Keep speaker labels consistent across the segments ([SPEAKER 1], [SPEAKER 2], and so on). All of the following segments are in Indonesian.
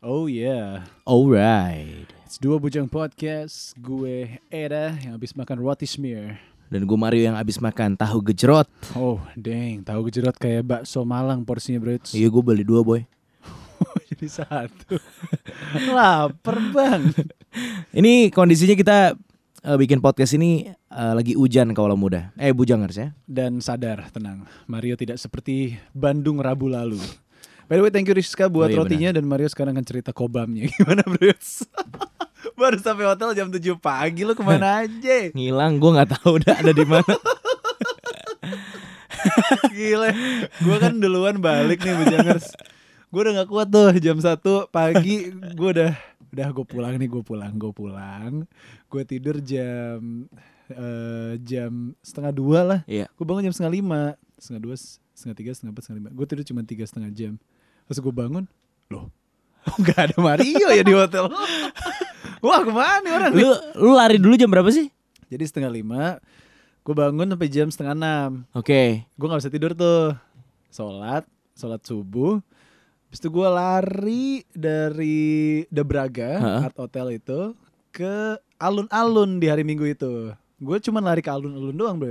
[SPEAKER 1] Oh yeah.
[SPEAKER 2] Alright.
[SPEAKER 1] Dua Bujang Podcast, gue Era yang habis makan roti smear.
[SPEAKER 2] Dan gue Mario yang abis makan tahu gejrot.
[SPEAKER 1] Oh, dang, tahu gejrot kayak bakso Malang porsinya, Bro.
[SPEAKER 2] Iya gue beli dua boy.
[SPEAKER 1] Jadi satu. Lapar, Bang.
[SPEAKER 2] Ini kondisinya kita eh, bikin podcast ini eh, lagi hujan kalau muda. Eh bujangers ya.
[SPEAKER 1] Dan sadar, tenang. Mario tidak seperti Bandung Rabu lalu. By the way, thank you Rizka buat
[SPEAKER 2] Oh, iya,
[SPEAKER 1] rotinya dan Mario sekarang akan cerita kobamnya gimana, Bro. Baru sampai hotel jam 7 pagi lo kemana aja?
[SPEAKER 2] Ngilang gue nggak tahu udah ada di mana.
[SPEAKER 1] Gila, gue kan duluan balik nih Bujangers Gue udah gak kuat tuh jam 1 pagi Gue udah, udah gue pulang nih gue pulang Gue pulang, gue tidur jam eh, jam setengah dua lah
[SPEAKER 2] Iya.
[SPEAKER 1] Gue bangun jam setengah lima Setengah dua, setengah tiga, setengah empat, setengah lima Gue tidur cuma tiga setengah jam Terus gue bangun, loh Gak ada Mario ya di hotel Wah kemana nih orang nih?
[SPEAKER 2] Lu lu lari dulu jam berapa sih?
[SPEAKER 1] Jadi setengah lima Gue bangun sampai jam setengah enam
[SPEAKER 2] Oke.
[SPEAKER 1] gue nggak bisa tidur tuh sholat sholat subuh habis itu gue lari dari The Braga
[SPEAKER 2] Heeh.
[SPEAKER 1] Art Hotel itu ke alun-alun di hari Minggu itu gue cuman lari ke alun-alun doang bro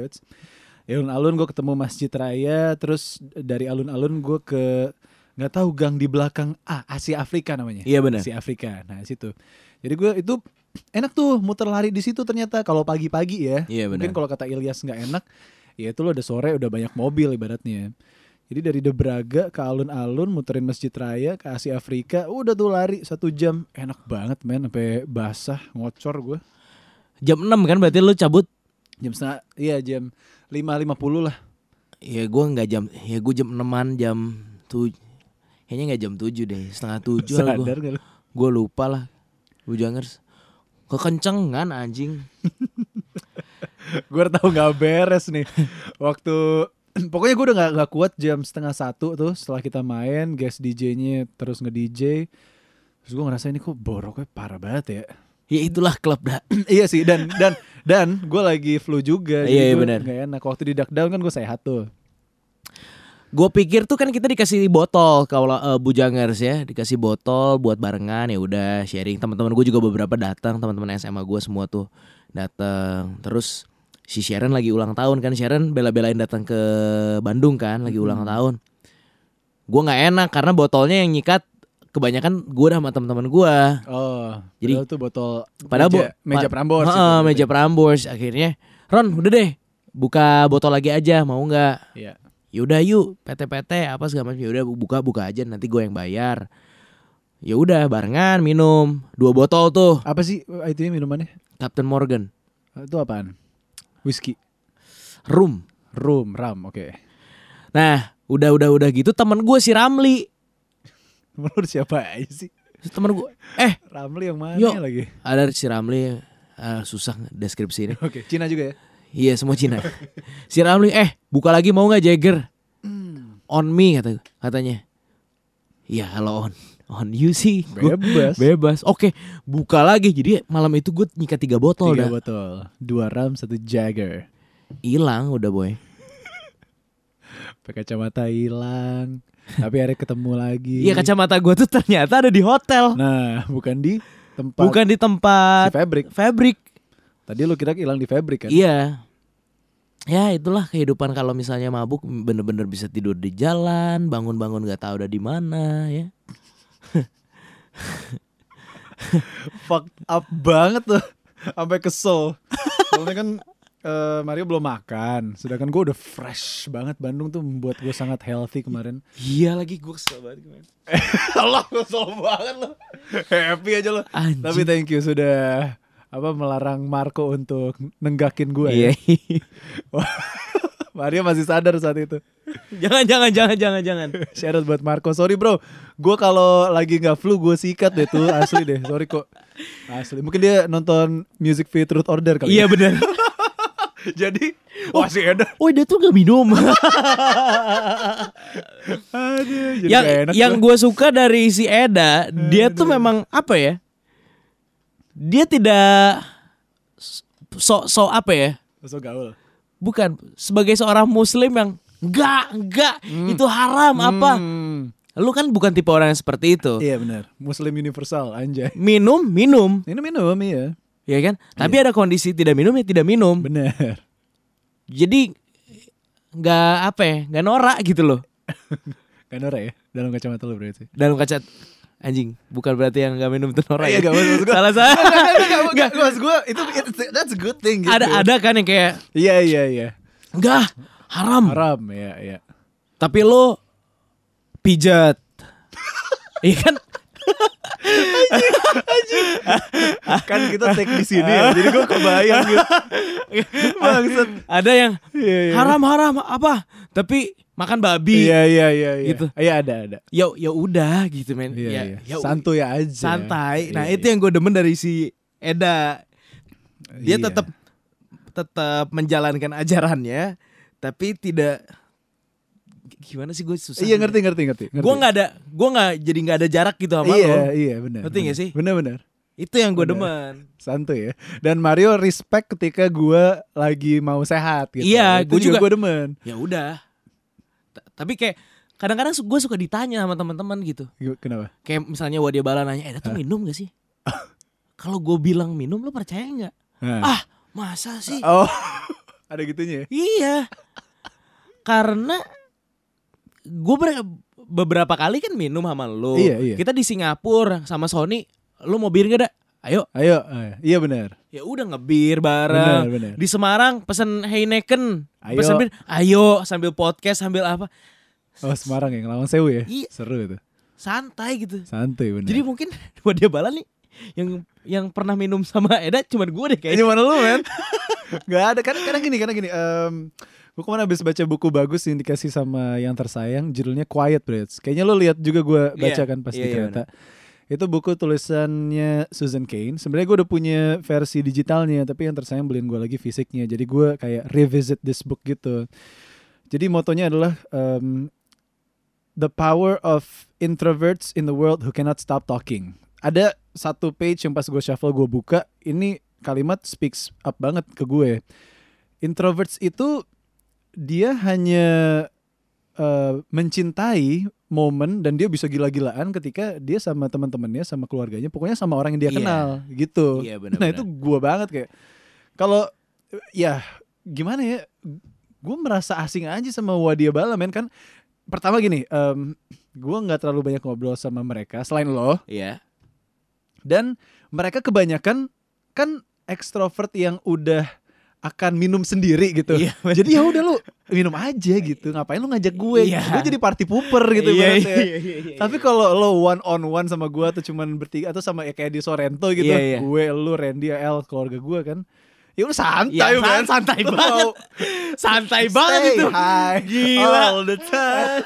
[SPEAKER 1] Di alun-alun gue ketemu masjid raya terus dari alun-alun gue ke nggak tahu gang di belakang ah Asia Afrika namanya
[SPEAKER 2] Iya benar.
[SPEAKER 1] Asia Afrika nah situ jadi gue itu enak tuh muter lari di situ ternyata kalau pagi-pagi ya
[SPEAKER 2] Iya
[SPEAKER 1] Mungkin kalau
[SPEAKER 2] benar.
[SPEAKER 1] kata Ilyas nggak enak, ya itu lo udah sore udah banyak mobil ibaratnya. ya. Jadi dari The Braga ke alun-alun muterin Masjid Raya ke Asia Afrika, udah tuh lari satu jam, enak banget men, sampai basah ngocor gue.
[SPEAKER 2] Jam 6 kan berarti lu cabut.
[SPEAKER 1] Jam setengah, iya jam lima lima puluh lah.
[SPEAKER 2] Ya gue nggak jam. Ya gue jam 6an jam tuj Kayaknya nggak jam 7 deh. Setengah 7 lah gue.
[SPEAKER 1] Sadar gak lo?
[SPEAKER 2] Gue lupa lah. Bujangers. Kekencengan anjing.
[SPEAKER 1] Gue tahu nggak beres nih. Waktu pokoknya gue udah nggak nggak kuat jam setengah satu tuh setelah kita main guest DJ-nya terus nge DJ. Terus gue ngerasa ini kok boroknya parah banget ya.
[SPEAKER 2] Ya itulah klub dah.
[SPEAKER 1] iya sih dan dan dan gue lagi flu juga jadi
[SPEAKER 2] Iya, iya,
[SPEAKER 1] gue
[SPEAKER 2] benar.
[SPEAKER 1] nggak enak waktu di duckdown kan gue sehat tuh
[SPEAKER 2] Gue pikir tuh kan kita dikasih botol kalau eh, bujangers ya, dikasih botol buat barengan ya udah sharing. Teman-teman gue juga beberapa datang, teman-teman SMA gue semua tuh datang. Terus si Sharon lagi ulang tahun kan, Sharon bela-belain datang ke Bandung kan,
[SPEAKER 1] Hmm.
[SPEAKER 2] lagi ulang tahun. Gue nggak enak karena botolnya yang nyikat kebanyakan gue dah sama teman-teman gue.
[SPEAKER 1] oh
[SPEAKER 2] Jadi-
[SPEAKER 1] padahal tuh botol
[SPEAKER 2] Padahal
[SPEAKER 1] meja,
[SPEAKER 2] bo-
[SPEAKER 1] meja
[SPEAKER 2] pa-
[SPEAKER 1] Prambors
[SPEAKER 2] Heeh,
[SPEAKER 1] itu.
[SPEAKER 2] meja Prambors akhirnya. Ron, udah deh, buka botol lagi aja, mau nggak?
[SPEAKER 1] Iya.
[SPEAKER 2] yaudah yuk PT-PT apa segala macam yaudah buka buka aja nanti gue yang bayar ya udah barengan minum dua botol tuh
[SPEAKER 1] apa sih eh, itu ya minumannya
[SPEAKER 2] Captain Morgan
[SPEAKER 1] Eh, itu apaan whisky
[SPEAKER 2] rum
[SPEAKER 1] rum ram oke
[SPEAKER 2] nah udah udah udah gitu teman gue si Ramli
[SPEAKER 1] menurut siapa aja sih
[SPEAKER 2] teman gue eh
[SPEAKER 1] Ramli yang mana
[SPEAKER 2] Yo.
[SPEAKER 1] lagi
[SPEAKER 2] ada si Ramli ah, susah deskripsi ini
[SPEAKER 1] oke Cina juga ya
[SPEAKER 2] iya semua Cina si Ramli eh buka lagi mau nggak Jagger
[SPEAKER 1] Hmm,
[SPEAKER 2] on me kata katanya iya kalau on on you sih Gua-
[SPEAKER 1] bebas
[SPEAKER 2] bebas oke buka lagi jadi malam itu gue nyikat tiga botol
[SPEAKER 1] tiga
[SPEAKER 2] dah.
[SPEAKER 1] botol dua ram satu jagger
[SPEAKER 2] hilang udah boy
[SPEAKER 1] pakai kacamata hilang tapi akhirnya ketemu lagi
[SPEAKER 2] iya kacamata gue tuh ternyata ada di hotel
[SPEAKER 1] nah bukan di tempat
[SPEAKER 2] bukan di
[SPEAKER 1] di
[SPEAKER 2] tempat
[SPEAKER 1] fabric
[SPEAKER 2] fabric
[SPEAKER 1] tadi lu kira hilang di fabric kan
[SPEAKER 2] iya ya itulah kehidupan kalau misalnya mabuk bener-bener bisa tidur di jalan bangun-bangun gak tahu udah di mana ya
[SPEAKER 1] fucked up banget tuh sampai kesel soalnya kan eh, Mario belum makan sedangkan gue udah fresh banget Bandung tuh membuat gue sangat healthy kemarin
[SPEAKER 2] iya lagi gue kesel banget kemarin
[SPEAKER 1] Allah kesel banget lo happy aja lo
[SPEAKER 2] Anjing.
[SPEAKER 1] tapi thank you sudah apa melarang Marco untuk nenggakin gue
[SPEAKER 2] iya
[SPEAKER 1] ya Mario masih sadar saat itu
[SPEAKER 2] jangan jangan jangan jangan jangan
[SPEAKER 1] Shout out buat Marco Sorry bro Gue kalau lagi nggak flu Gue sikat deh tuh Asli deh Sorry kok Asli Mungkin dia nonton Music Fit Truth Order kali ya.
[SPEAKER 2] iya bener
[SPEAKER 1] Jadi Wah si Eda
[SPEAKER 2] Woi dia tuh gak minum
[SPEAKER 1] Aduh, jadi
[SPEAKER 2] yang
[SPEAKER 1] nggak enak Eh, gitu.
[SPEAKER 2] yang
[SPEAKER 1] gua.
[SPEAKER 2] gue suka dari si Eda dia tuh memang apa ya dia tidak so so apa ya
[SPEAKER 1] Masuk gaul. Hmm.
[SPEAKER 2] bukan sebagai seorang muslim yang enggak enggak itu haram apa Lu kan bukan tipe orang yang seperti itu.
[SPEAKER 1] Iya benar. Muslim universal anjay.
[SPEAKER 2] Minum, minum,
[SPEAKER 1] Ini minum ya.
[SPEAKER 2] ya kan? Tapi ada kondisi tidak minum ya tidak minum.
[SPEAKER 1] Benar.
[SPEAKER 2] Jadi nggak apa ya, nggak norak gitu loh.
[SPEAKER 1] Kan norak ya dalam kacamata lu berarti.
[SPEAKER 2] Dalam kaca anjing, bukan berarti yang nggak minum itu norak.
[SPEAKER 1] Iya,
[SPEAKER 2] ya.
[SPEAKER 1] nggak, maksud gua-
[SPEAKER 2] Salah salah.
[SPEAKER 1] Enggak, maksud gue itu it's- that's a good thing gitu.
[SPEAKER 2] ada ada kan yang kayak
[SPEAKER 1] Iya iya iya.
[SPEAKER 2] enggak haram.
[SPEAKER 1] Haram ya ya.
[SPEAKER 2] Tapi lo pijat. Iya kan?
[SPEAKER 1] Kan kita take di sini ya. Jadi gue kebayang gitu. Bangsat.
[SPEAKER 2] Ada yang
[SPEAKER 1] Iya iya.
[SPEAKER 2] haram haram apa? Tapi makan babi.
[SPEAKER 1] Iya iya iya iya.
[SPEAKER 2] Gitu.
[SPEAKER 1] Iya ada ada.
[SPEAKER 2] Ya ya udah gitu men.
[SPEAKER 1] Iya
[SPEAKER 2] Ya-
[SPEAKER 1] iya.
[SPEAKER 2] ya u-
[SPEAKER 1] Santuy aja.
[SPEAKER 2] santai. Nah,
[SPEAKER 1] Iya,
[SPEAKER 2] itu yang gue demen dari si Eda. Dia
[SPEAKER 1] Iya.
[SPEAKER 2] tetap tetap menjalankan ajarannya tapi tidak gimana sih gue susah.
[SPEAKER 1] Iya ngerti ngerti ngerti. ngerti.
[SPEAKER 2] Gue nggak ada gue nggak jadi nggak ada jarak gitu sama
[SPEAKER 1] Iya
[SPEAKER 2] lo.
[SPEAKER 1] iya benar.
[SPEAKER 2] Ngerti nggak sih?
[SPEAKER 1] Benar benar.
[SPEAKER 2] Itu yang gue
[SPEAKER 1] Bener.
[SPEAKER 2] demen.
[SPEAKER 1] Santuy ya. Dan Mario respect ketika gue lagi mau sehat gitu.
[SPEAKER 2] Iya,
[SPEAKER 1] Itu
[SPEAKER 2] gua juga-
[SPEAKER 1] gue demen.
[SPEAKER 2] ya udah Ta- tapi kayak kadang-kadang gue suka ditanya sama teman-teman gitu
[SPEAKER 1] Gua- Kenapa?
[SPEAKER 2] kayak misalnya Wadia Bala nanya eh tuh minum gak sih kalau gue bilang minum lo percaya nggak
[SPEAKER 1] Nah.
[SPEAKER 2] ah masa sih
[SPEAKER 1] Oh. ada gitunya ya.
[SPEAKER 2] iya karena gue beberapa kali kan minum sama lo
[SPEAKER 1] Iya, iya.
[SPEAKER 2] kita di Singapura sama Sony lo mau bir gak dah ayo
[SPEAKER 1] Ayo, ayo. iya benar.
[SPEAKER 2] ya udah ngebir
[SPEAKER 1] Benar,
[SPEAKER 2] bareng
[SPEAKER 1] benar.
[SPEAKER 2] di Semarang pesen Heineken
[SPEAKER 1] Ayo.
[SPEAKER 2] pesen bir ayo sambil podcast sambil apa
[SPEAKER 1] Oh, Semarang yang lawan Sewu ya.
[SPEAKER 2] Iya.
[SPEAKER 1] Seru itu.
[SPEAKER 2] santai gitu
[SPEAKER 1] Santuy benar.
[SPEAKER 2] Jadi mungkin dua dia bala nih yang yang pernah minum sama Eda cuman gue deh
[SPEAKER 1] Ini
[SPEAKER 2] kayaknya.
[SPEAKER 1] mana lu men? Gak ada karena karena gini karena gini. em gue kemarin habis baca buku bagus yang dikasih sama yang tersayang judulnya Quiet Breads. Kayaknya lu lihat juga gue baca
[SPEAKER 2] Iya,
[SPEAKER 1] kan pas di
[SPEAKER 2] iya, iya,
[SPEAKER 1] kereta. Itu buku tulisannya Susan Cain. Sebenarnya gue udah punya versi digitalnya tapi yang tersayang beliin gue lagi fisiknya. Jadi gue kayak revisit this book gitu. Jadi motonya adalah em, The Power of Introverts in the World Who Cannot Stop Talking. Ada satu page yang pas gue shuffle gue buka, ini kalimat speaks up banget ke gue. Introverts itu dia hanya eh, mencintai momen dan dia bisa gila-gilaan ketika dia sama teman-temannya, sama keluarganya, pokoknya sama orang yang dia
[SPEAKER 2] Iya.
[SPEAKER 1] kenal gitu.
[SPEAKER 2] Iya, benar-benar.
[SPEAKER 1] Nah itu gue banget kayak kalau eh, ya gimana ya, gue merasa asing aja sama Wadia Bala men kan. Pertama gini, em gue nggak terlalu banyak ngobrol sama mereka selain lo
[SPEAKER 2] Iya.
[SPEAKER 1] dan mereka kebanyakan kan ekstrovert yang udah akan minum sendiri gitu.
[SPEAKER 2] Iya, bener.
[SPEAKER 1] jadi ya udah lu minum aja gitu. Ngapain lu ngajak gue?
[SPEAKER 2] Iya.
[SPEAKER 1] Gue jadi party pooper gitu
[SPEAKER 2] Iya,
[SPEAKER 1] ibaratnya.
[SPEAKER 2] iya, iya, iya, iya.
[SPEAKER 1] Tapi kalau lo one on one sama gue atau cuman bertiga atau sama ya kayak di Sorrento gitu,
[SPEAKER 2] Iya, iya.
[SPEAKER 1] gue, lu, Randy, El, keluarga gue kan. Ya udah
[SPEAKER 2] Iya,
[SPEAKER 1] santai
[SPEAKER 2] san-
[SPEAKER 1] banget,
[SPEAKER 2] santai banget. Santai banget itu.
[SPEAKER 1] Hi,
[SPEAKER 2] Gila.
[SPEAKER 1] all the time.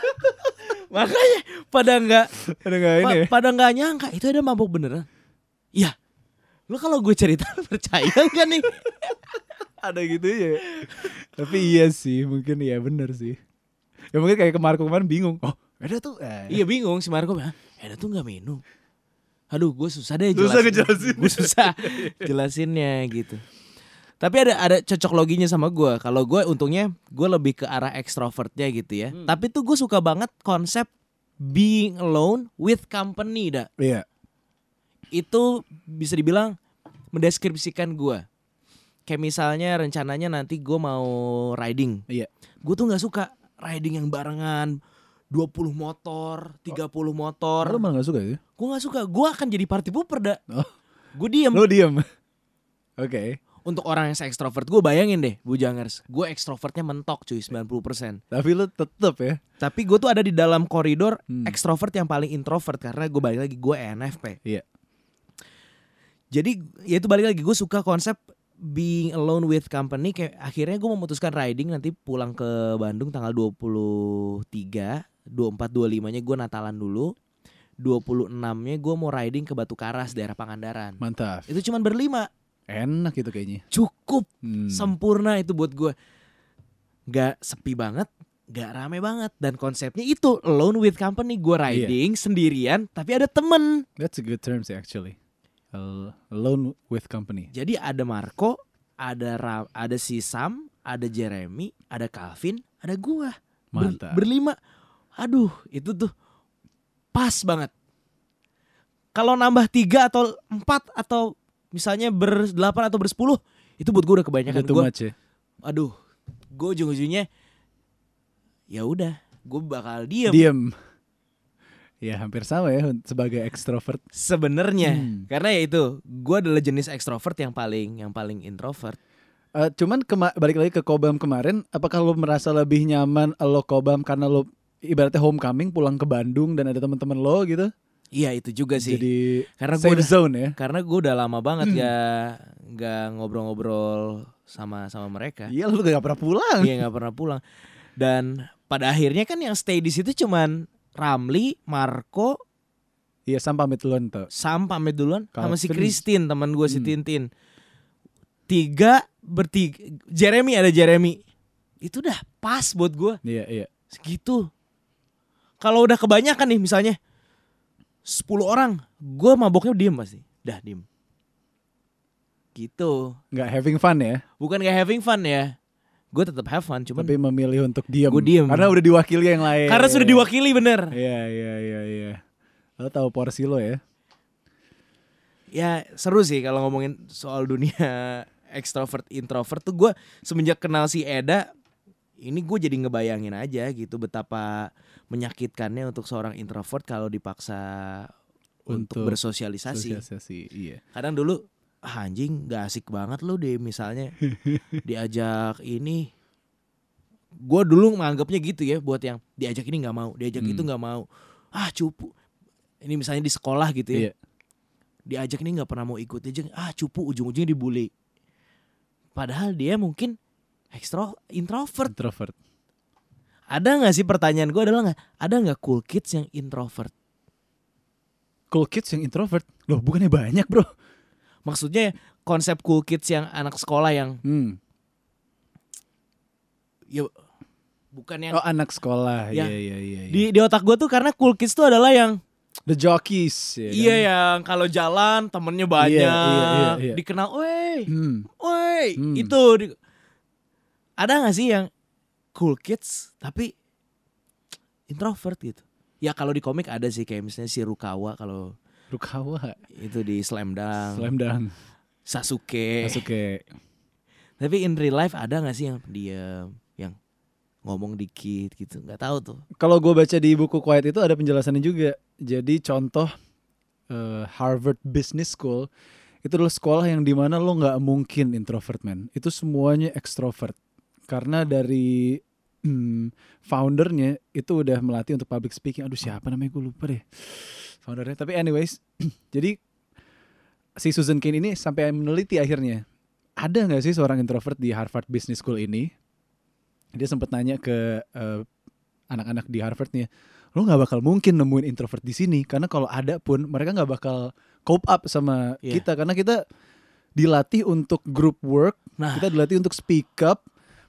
[SPEAKER 2] Makanya pada nggak
[SPEAKER 1] Udah nggak
[SPEAKER 2] pa-
[SPEAKER 1] ini. ya?
[SPEAKER 2] pada nggak nyangka itu ada mabuk beneran. Iya. Lu kalau gue cerita lu percaya nggak nih?
[SPEAKER 1] ada gitu ya tapi iya sih mungkin ya bener sih ya mungkin kayak kemarin kemarin bingung oh ada tuh eh.
[SPEAKER 2] iya bingung si Marco. "Hah, Eda tuh nggak minum. Aduh, gue susah deh
[SPEAKER 1] Susah
[SPEAKER 2] jelasin.
[SPEAKER 1] ngejelasin.
[SPEAKER 2] Gue susah jelasinnya gitu. Tapi ada ada cocok loginya sama gue. Kalau gue untungnya gue lebih ke arah ekstrovertnya gitu ya.
[SPEAKER 1] Hmm.
[SPEAKER 2] Tapi tuh gue suka banget konsep being alone with company dah.
[SPEAKER 1] iya
[SPEAKER 2] Itu bisa dibilang mendeskripsikan gue. Kayak misalnya rencananya nanti gue mau riding.
[SPEAKER 1] Iya.
[SPEAKER 2] Gue tuh nggak suka riding yang barengan 20 motor, 30 motor.
[SPEAKER 1] orang malah gak suka sih
[SPEAKER 2] Gue gak suka, gue akan jadi party pooper dah
[SPEAKER 1] Oh.
[SPEAKER 2] Gue diem
[SPEAKER 1] lo diem oke
[SPEAKER 2] Untuk orang yang se-extrovert Gue bayangin deh Bujangers Gue ekstrovertnya mentok cuy 90%
[SPEAKER 1] tapi lo tetep ya
[SPEAKER 2] Tapi gue tuh ada di dalam koridor
[SPEAKER 1] Hmm.
[SPEAKER 2] Ekstrovert yang paling introvert Karena gue balik lagi E Gue ENFP
[SPEAKER 1] Iya.
[SPEAKER 2] Jadi ya itu balik lagi Gue suka konsep Being alone with company kayak Akhirnya gue memutuskan riding Nanti pulang ke Bandung Tanggal 23 24, 25 nya gue Natalan dulu 26 nya gue mau riding ke Batu Karas Daerah Pangandaran
[SPEAKER 1] mantap
[SPEAKER 2] itu cuman berlima
[SPEAKER 1] enak itu kayaknya
[SPEAKER 2] cukup
[SPEAKER 1] Hmm.
[SPEAKER 2] sempurna itu buat gue nggak sepi banget nggak rame banget dan konsepnya itu alone with company gue
[SPEAKER 1] Iya.
[SPEAKER 2] riding sendirian tapi ada temen
[SPEAKER 1] that's a good term sih actually Al- alone with company
[SPEAKER 2] jadi ada Marco ada Ra- ada si Sam ada Jeremy ada Calvin ada gue
[SPEAKER 1] mantap
[SPEAKER 2] berlima aduh itu tuh pas banget. Kalau nambah tiga atau empat atau misalnya berdelapan atau bersepuluh itu buat gue udah
[SPEAKER 1] Udah
[SPEAKER 2] kebanyakan.
[SPEAKER 1] too
[SPEAKER 2] Gua-
[SPEAKER 1] much ya.
[SPEAKER 2] aduh, gue ujung-ujungnya ya udah, gue bakal diem.
[SPEAKER 1] Diem. Ya hampir sama ya sebagai ekstrovert.
[SPEAKER 2] Sebenarnya
[SPEAKER 1] Hmm.
[SPEAKER 2] karena ya itu gue adalah jenis ekstrovert yang paling yang paling introvert.
[SPEAKER 1] Eh, cuman kema- balik lagi ke Kobam kemarin, apakah lo merasa lebih nyaman lo Kobam karena lo ibaratnya homecoming pulang ke Bandung dan ada teman-teman lo gitu?
[SPEAKER 2] Iya itu juga sih.
[SPEAKER 1] Jadi
[SPEAKER 2] karena Hmm. gue
[SPEAKER 1] safe zone ya.
[SPEAKER 2] karena gue udah lama banget gak gak ngobrol-ngobrol sama sama mereka.
[SPEAKER 1] Iya lo gak pernah pulang.
[SPEAKER 2] Iya nggak pernah pulang. Dan pada akhirnya kan yang stay di situ cuman Ramli, Marco,
[SPEAKER 1] Iya Sam pamit duluan tuh.
[SPEAKER 2] Sam pamit duluan sama si
[SPEAKER 1] Calvin.
[SPEAKER 2] Christine teman gue si
[SPEAKER 1] Hmm.
[SPEAKER 2] Tintin. Tiga bertiga Jeremy ada Jeremy. Itu udah pas buat gue
[SPEAKER 1] Iya iya.
[SPEAKER 2] segitu. Kalau udah kebanyakan nih misalnya 10 orang, gue maboknya diem pasti. Dah diem. Gitu.
[SPEAKER 1] Gak having fun ya,
[SPEAKER 2] Bukan gak having fun ya. Gue tetap have fun, cuman
[SPEAKER 1] tapi memilih untuk diem.
[SPEAKER 2] Gua diem.
[SPEAKER 1] Karena udah diwakili yang lain.
[SPEAKER 2] karena sudah diwakili bener.
[SPEAKER 1] Iya iya iya iya. Lo tahu porsi lo ya.
[SPEAKER 2] ya seru sih kalau ngomongin soal dunia ekstrovert introvert tuh gue semenjak kenal si Eda ini gue jadi ngebayangin aja gitu betapa menyakitkannya untuk seorang introvert kalau dipaksa untuk,
[SPEAKER 1] Untuk
[SPEAKER 2] bersosialisasi.
[SPEAKER 1] Sosialisasi. Iya.
[SPEAKER 2] Kadang dulu "Ah, anjing gak asik banget lu deh misalnya diajak ini gue dulu menganggapnya gitu ya buat yang diajak ini nggak mau diajak
[SPEAKER 1] Hmm.
[SPEAKER 2] itu nggak mau ah cupu ini misalnya di sekolah gitu ya
[SPEAKER 1] Iya.
[SPEAKER 2] diajak ini nggak pernah mau ikut aja ah cupu ujung-ujungnya dibully padahal dia mungkin ekstro introvert
[SPEAKER 1] Introvert.
[SPEAKER 2] ada nggak sih pertanyaan gue adalah nggak ada nggak cool kids yang introvert
[SPEAKER 1] Cool kids yang introvert. Loh bukannya banyak bro.
[SPEAKER 2] maksudnya konsep cool kids yang anak sekolah yang
[SPEAKER 1] Hmm.
[SPEAKER 2] ya bukan yang
[SPEAKER 1] Oh anak sekolah. Iya
[SPEAKER 2] Ya.
[SPEAKER 1] iya iya. iya.
[SPEAKER 2] di di otak gue tuh karena cool kids tuh adalah yang
[SPEAKER 1] The jockeys. ya
[SPEAKER 2] iya
[SPEAKER 1] kan?
[SPEAKER 2] yang kalau jalan temennya banyak
[SPEAKER 1] Iya, iya, iya, iya.
[SPEAKER 2] dikenal weh
[SPEAKER 1] Hmm.
[SPEAKER 2] woi
[SPEAKER 1] Hmm.
[SPEAKER 2] itu di- ada nggak sih yang cool kids tapi introvert gitu ya kalau di komik ada sih kayak misalnya si Rukawa kalau
[SPEAKER 1] Rukawa.
[SPEAKER 2] itu di Slam Dunk
[SPEAKER 1] Slam dunk.
[SPEAKER 2] Sasuke.
[SPEAKER 1] Sasuke.
[SPEAKER 2] tapi in real life ada nggak sih yang dia yang ngomong dikit gitu nggak tahu tuh
[SPEAKER 1] Kalau gue baca di buku Quiet itu ada penjelasannya juga. Jadi contoh eh, Harvard Business School itu adalah sekolah yang dimana lo nggak mungkin introvert man. Itu semuanya ekstrovert. Karena dari hmm, foundernya itu udah melatih untuk public speaking. Aduh siapa namanya gue lupa deh foundernya. Tapi anyways, jadi si Susan Cain ini sampai meneliti akhirnya ada nggak sih seorang introvert di Harvard Business School ini? Dia sempat nanya ke eh, anak-anak di Harvard nih, lo nggak bakal mungkin nemuin introvert di sini karena kalau ada pun mereka nggak bakal cope up sama
[SPEAKER 2] Iya.
[SPEAKER 1] kita karena kita dilatih untuk group work,
[SPEAKER 2] Nah.
[SPEAKER 1] kita dilatih untuk speak up,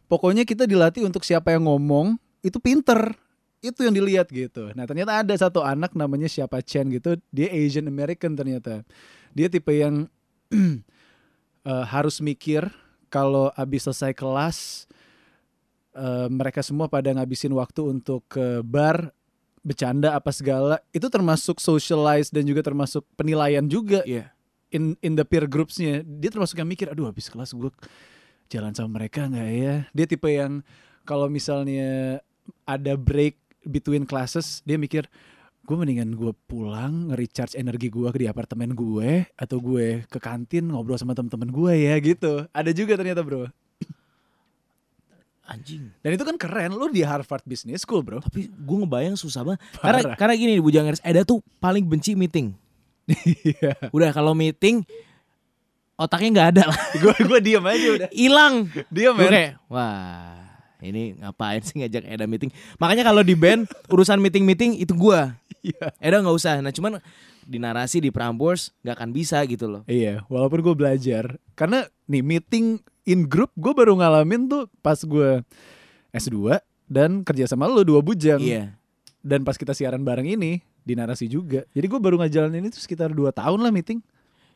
[SPEAKER 1] pokoknya kita dilatih untuk siapa yang ngomong itu pinter itu yang dilihat gitu. Nah ternyata ada satu anak namanya siapa Chen gitu, dia Asian American ternyata. Dia tipe yang eh, harus mikir kalau abis selesai kelas eh, mereka semua pada ngabisin waktu untuk ke bar bercanda apa segala itu termasuk socialize dan juga termasuk penilaian juga
[SPEAKER 2] Iya.
[SPEAKER 1] in in the peer groupsnya dia termasuk yang mikir aduh habis kelas gue jalan sama mereka nggak ya dia tipe yang kalau misalnya ada break between classes dia mikir gue mendingan gue pulang nge-recharge energi gue di apartemen gue atau gue ke kantin ngobrol sama temen-temen gue ya gitu ada juga ternyata bro
[SPEAKER 2] anjing
[SPEAKER 1] dan itu kan keren lu di Harvard Business School bro
[SPEAKER 2] tapi gue ngebayang susah banget
[SPEAKER 1] Parah.
[SPEAKER 2] karena karena gini Bu Jangers Eda tuh paling benci meeting
[SPEAKER 1] iya
[SPEAKER 2] udah kalau meeting otaknya nggak ada lah
[SPEAKER 1] gue gue diam aja udah
[SPEAKER 2] hilang
[SPEAKER 1] diam
[SPEAKER 2] Gue
[SPEAKER 1] men
[SPEAKER 2] kayak wah ini ngapain sih ngajak Eda meeting makanya kalau di band urusan meeting meeting itu gua
[SPEAKER 1] iya
[SPEAKER 2] Eda nggak usah nah cuman di narasi di Prambors nggak akan bisa gitu loh
[SPEAKER 1] Iya, walaupun gue belajar karena nih meeting in group gue baru ngalamin tuh pas gue S2 dan kerja sama lo dua bujang
[SPEAKER 2] iya
[SPEAKER 1] dan pas kita siaran bareng ini di narasi juga. Jadi gue baru ngejalanin itu sekitar dua tahun lah meeting.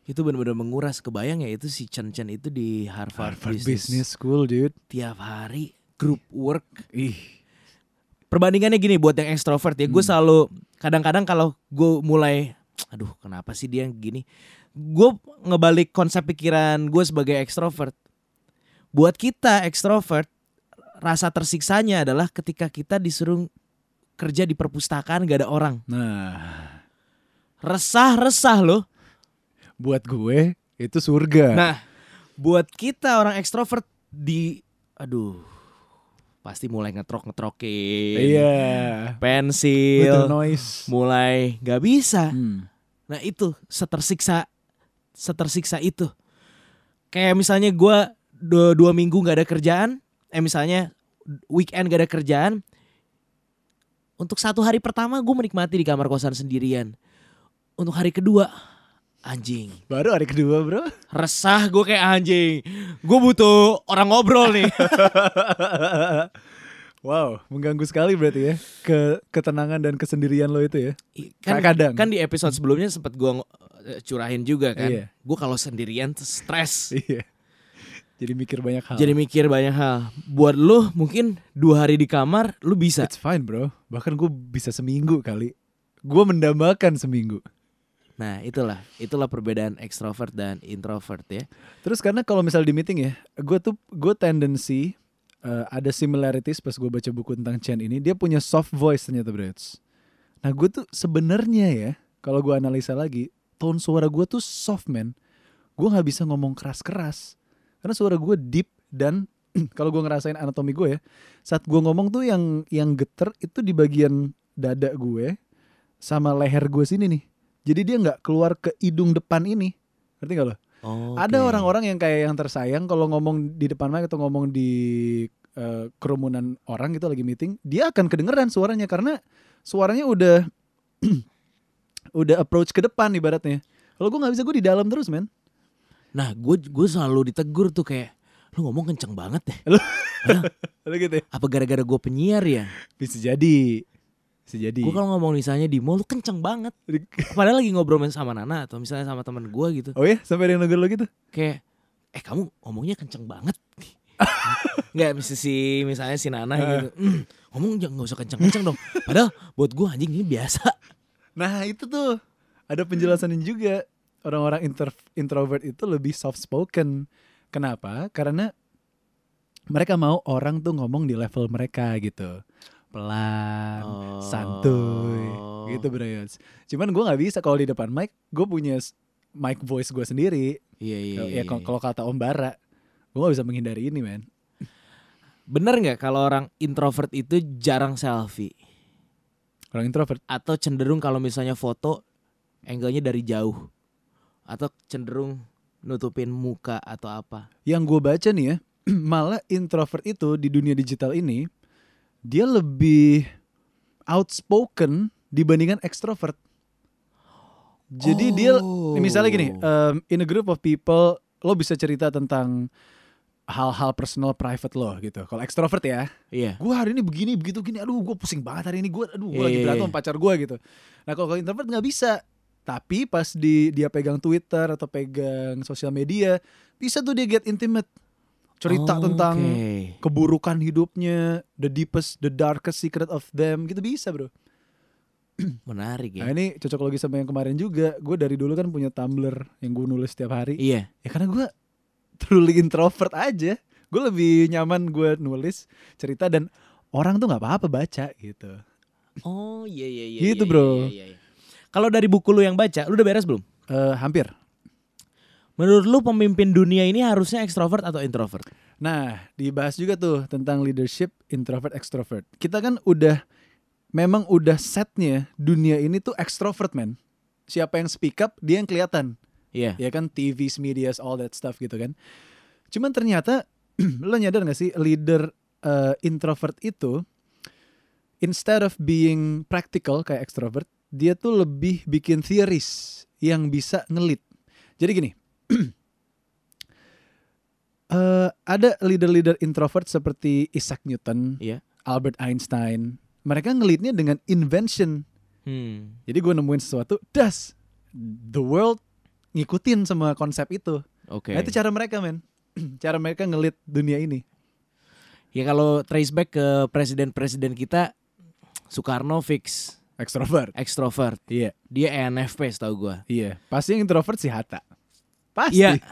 [SPEAKER 2] itu benar-benar menguras kebayang ya itu si Chen Chen itu di Harvard,
[SPEAKER 1] Harvard
[SPEAKER 2] Business.
[SPEAKER 1] Business School, dude.
[SPEAKER 2] tiap hari group work
[SPEAKER 1] Ih,
[SPEAKER 2] perbandingannya gini buat yang ekstrovert ya gue
[SPEAKER 1] Hmm.
[SPEAKER 2] selalu kadang-kadang kalau gue mulai aduh kenapa sih dia gini gue ngebalik konsep pikiran gue sebagai ekstrovert buat kita ekstrovert rasa tersiksanya adalah ketika kita disuruh kerja di perpustakaan gak ada orang
[SPEAKER 1] Nah,
[SPEAKER 2] resah-resah loh
[SPEAKER 1] buat gue itu surga.
[SPEAKER 2] nah buat kita orang ekstrovert di aduh pasti mulai ngetrok ngetrokin
[SPEAKER 1] iya. Little
[SPEAKER 2] pensil
[SPEAKER 1] noise.
[SPEAKER 2] mulai gak bisa
[SPEAKER 1] Hmm.
[SPEAKER 2] Nah itu setersiksa setersiksa itu. Kayak misalnya gua dua, dua minggu nggak ada kerjaan, eh misalnya weekend gak ada kerjaan. Untuk satu hari pertama gue menikmati di kamar kosan sendirian. Untuk hari kedua anjing
[SPEAKER 1] Baru hari kedua bro.
[SPEAKER 2] resah gue kayak anjing. Gue butuh orang ngobrol nih.
[SPEAKER 1] wow, mengganggu sekali berarti ya ke ketenangan dan kesendirian lo itu ya.
[SPEAKER 2] kan
[SPEAKER 1] Kadang.
[SPEAKER 2] kan di episode sebelumnya sempat gue curahin juga kan.
[SPEAKER 1] Iya.
[SPEAKER 2] Gue kalau sendirian tuh stres.
[SPEAKER 1] Iya. Jadi mikir banyak hal.
[SPEAKER 2] Jadi mikir banyak hal. Buat lu mungkin dua hari di kamar lu bisa.
[SPEAKER 1] It's fine bro. Bahkan gue bisa seminggu kali. Gue mendambakan seminggu.
[SPEAKER 2] Nah itulah, itulah perbedaan ekstrovert dan introvert ya.
[SPEAKER 1] Terus karena kalau misal di meeting ya, gue tuh gue tendensi eh, ada similarities pas gue baca buku tentang Chen ini. Dia punya soft voice ternyata bro. Nah gue tuh sebenarnya ya, kalau gue analisa lagi, tone suara gue tuh soft man. Gue nggak bisa ngomong keras-keras karena suara gue deep dan kalau gue ngerasain anatomi gue ya, saat gue ngomong tuh yang yang geter itu di bagian dada gue sama leher gue sini nih. Jadi dia nggak keluar ke hidung depan ini. Ngerti gak lo? Ada orang-orang yang kayak yang tersayang kalau ngomong di depan mic atau ngomong di eh, kerumunan orang gitu lagi meeting, dia akan kedengeran suaranya karena suaranya udah udah approach ke depan ibaratnya. Kalau gue nggak bisa gue di dalam terus men.
[SPEAKER 2] Nah gue gue selalu ditegur tuh kayak lu ngomong kenceng banget deh.
[SPEAKER 1] Lalu gitu ya.
[SPEAKER 2] Apa gara-gara gue penyiar ya?
[SPEAKER 1] Bisa jadi. Bisa jadi.
[SPEAKER 2] Gue kalau ngomong misalnya di mall lu kenceng banget. Padahal lagi ngobrol sama Nana atau misalnya sama teman gue gitu.
[SPEAKER 1] Oh ya sampai ada yang negur lo gitu.
[SPEAKER 2] Kayak eh kamu ngomongnya kenceng banget. Nggak mesti si misalnya si Nana gitu. "Mm, ngomong jangan nggak usah kenceng-kenceng dong. Padahal buat gue anjing ini biasa.
[SPEAKER 1] Nah itu tuh ada penjelasannya juga orang-orang inter- introvert itu lebih soft spoken. Kenapa? Karena mereka mau orang tuh ngomong di level mereka gitu, pelan,
[SPEAKER 2] Oh.
[SPEAKER 1] santuy, gitu Bro. Cuman gue nggak bisa kalau di depan mic, gue punya s- mic voice gue sendiri.
[SPEAKER 2] Iya iya.
[SPEAKER 1] Ya kalau- kalau kata Om Bara, gue nggak bisa menghindari ini men.
[SPEAKER 2] bener nggak kalau orang introvert itu jarang selfie
[SPEAKER 1] Orang introvert,
[SPEAKER 2] atau cenderung kalau misalnya foto angle-nya dari jauh atau cenderung nutupin muka atau apa.
[SPEAKER 1] yang gue baca nih ya, malah introvert itu di dunia digital ini dia lebih outspoken dibandingkan extrovert. Jadi dia
[SPEAKER 2] Oh.
[SPEAKER 1] misalnya gini, um, in a group of people lo bisa cerita tentang hal-hal personal private lo gitu. Kalau extrovert ya,
[SPEAKER 2] Iya.
[SPEAKER 1] gue hari ini begini begitu gini aduh gue pusing banget hari ini gue aduh gue
[SPEAKER 2] Iya,
[SPEAKER 1] lagi
[SPEAKER 2] iya,
[SPEAKER 1] berantem
[SPEAKER 2] iya.
[SPEAKER 1] sama pacar gue gitu nah kalau kalau introvert nggak bisa tapi pas di dia pegang Twitter atau pegang sosial media bisa tuh dia get intimate cerita
[SPEAKER 2] Oh,
[SPEAKER 1] tentang
[SPEAKER 2] oke.
[SPEAKER 1] keburukan hidupnya the deepest the darkest secret of them gitu bisa bro
[SPEAKER 2] menarik ya.
[SPEAKER 1] nah ini cocok lagi sama yang kemarin juga gue dari dulu kan punya Tumblr yang gue nulis setiap hari
[SPEAKER 2] Iya.
[SPEAKER 1] ya karena gue truly introvert aja gue lebih nyaman gue nulis cerita dan orang tuh nggak apa-apa baca gitu
[SPEAKER 2] Oh iya iya iya.
[SPEAKER 1] Gitu,
[SPEAKER 2] iya,
[SPEAKER 1] bro.
[SPEAKER 2] iya, iya, iya. Kalau dari buku lu yang baca, lu udah beres belum?
[SPEAKER 1] Eh, hampir.
[SPEAKER 2] Menurut lu pemimpin dunia ini harusnya ekstrovert atau introvert?
[SPEAKER 1] Nah, dibahas juga tuh tentang leadership introvert extrovert. Kita kan udah memang udah setnya dunia ini tuh extrovert man. Siapa yang speak up dia yang kelihatan.
[SPEAKER 2] Iya.
[SPEAKER 1] Ya kan TVs, medias, all that stuff gitu kan. Cuman ternyata lo nyadar gak sih leader eh, introvert itu instead of being practical kayak extrovert, dia tuh lebih bikin theories yang bisa ngelit. Jadi gini, eh, ada leader-leader introvert seperti Isaac Newton,
[SPEAKER 2] Iya.
[SPEAKER 1] Albert Einstein. Mereka ngelitnya dengan invention.
[SPEAKER 2] Hmm.
[SPEAKER 1] Jadi gue nemuin sesuatu, das, the world ngikutin sama konsep itu.
[SPEAKER 2] Oke.
[SPEAKER 1] Nah itu cara mereka men, cara mereka ngelit dunia ini.
[SPEAKER 2] Ya kalau trace back ke presiden-presiden kita Soekarno fix
[SPEAKER 1] Extrovert.
[SPEAKER 2] extrovert.
[SPEAKER 1] Iya.
[SPEAKER 2] Dia E ENFP setahu gua.
[SPEAKER 1] Iya. Pasti yang introvert si Hatta. Pasti.
[SPEAKER 2] Iya.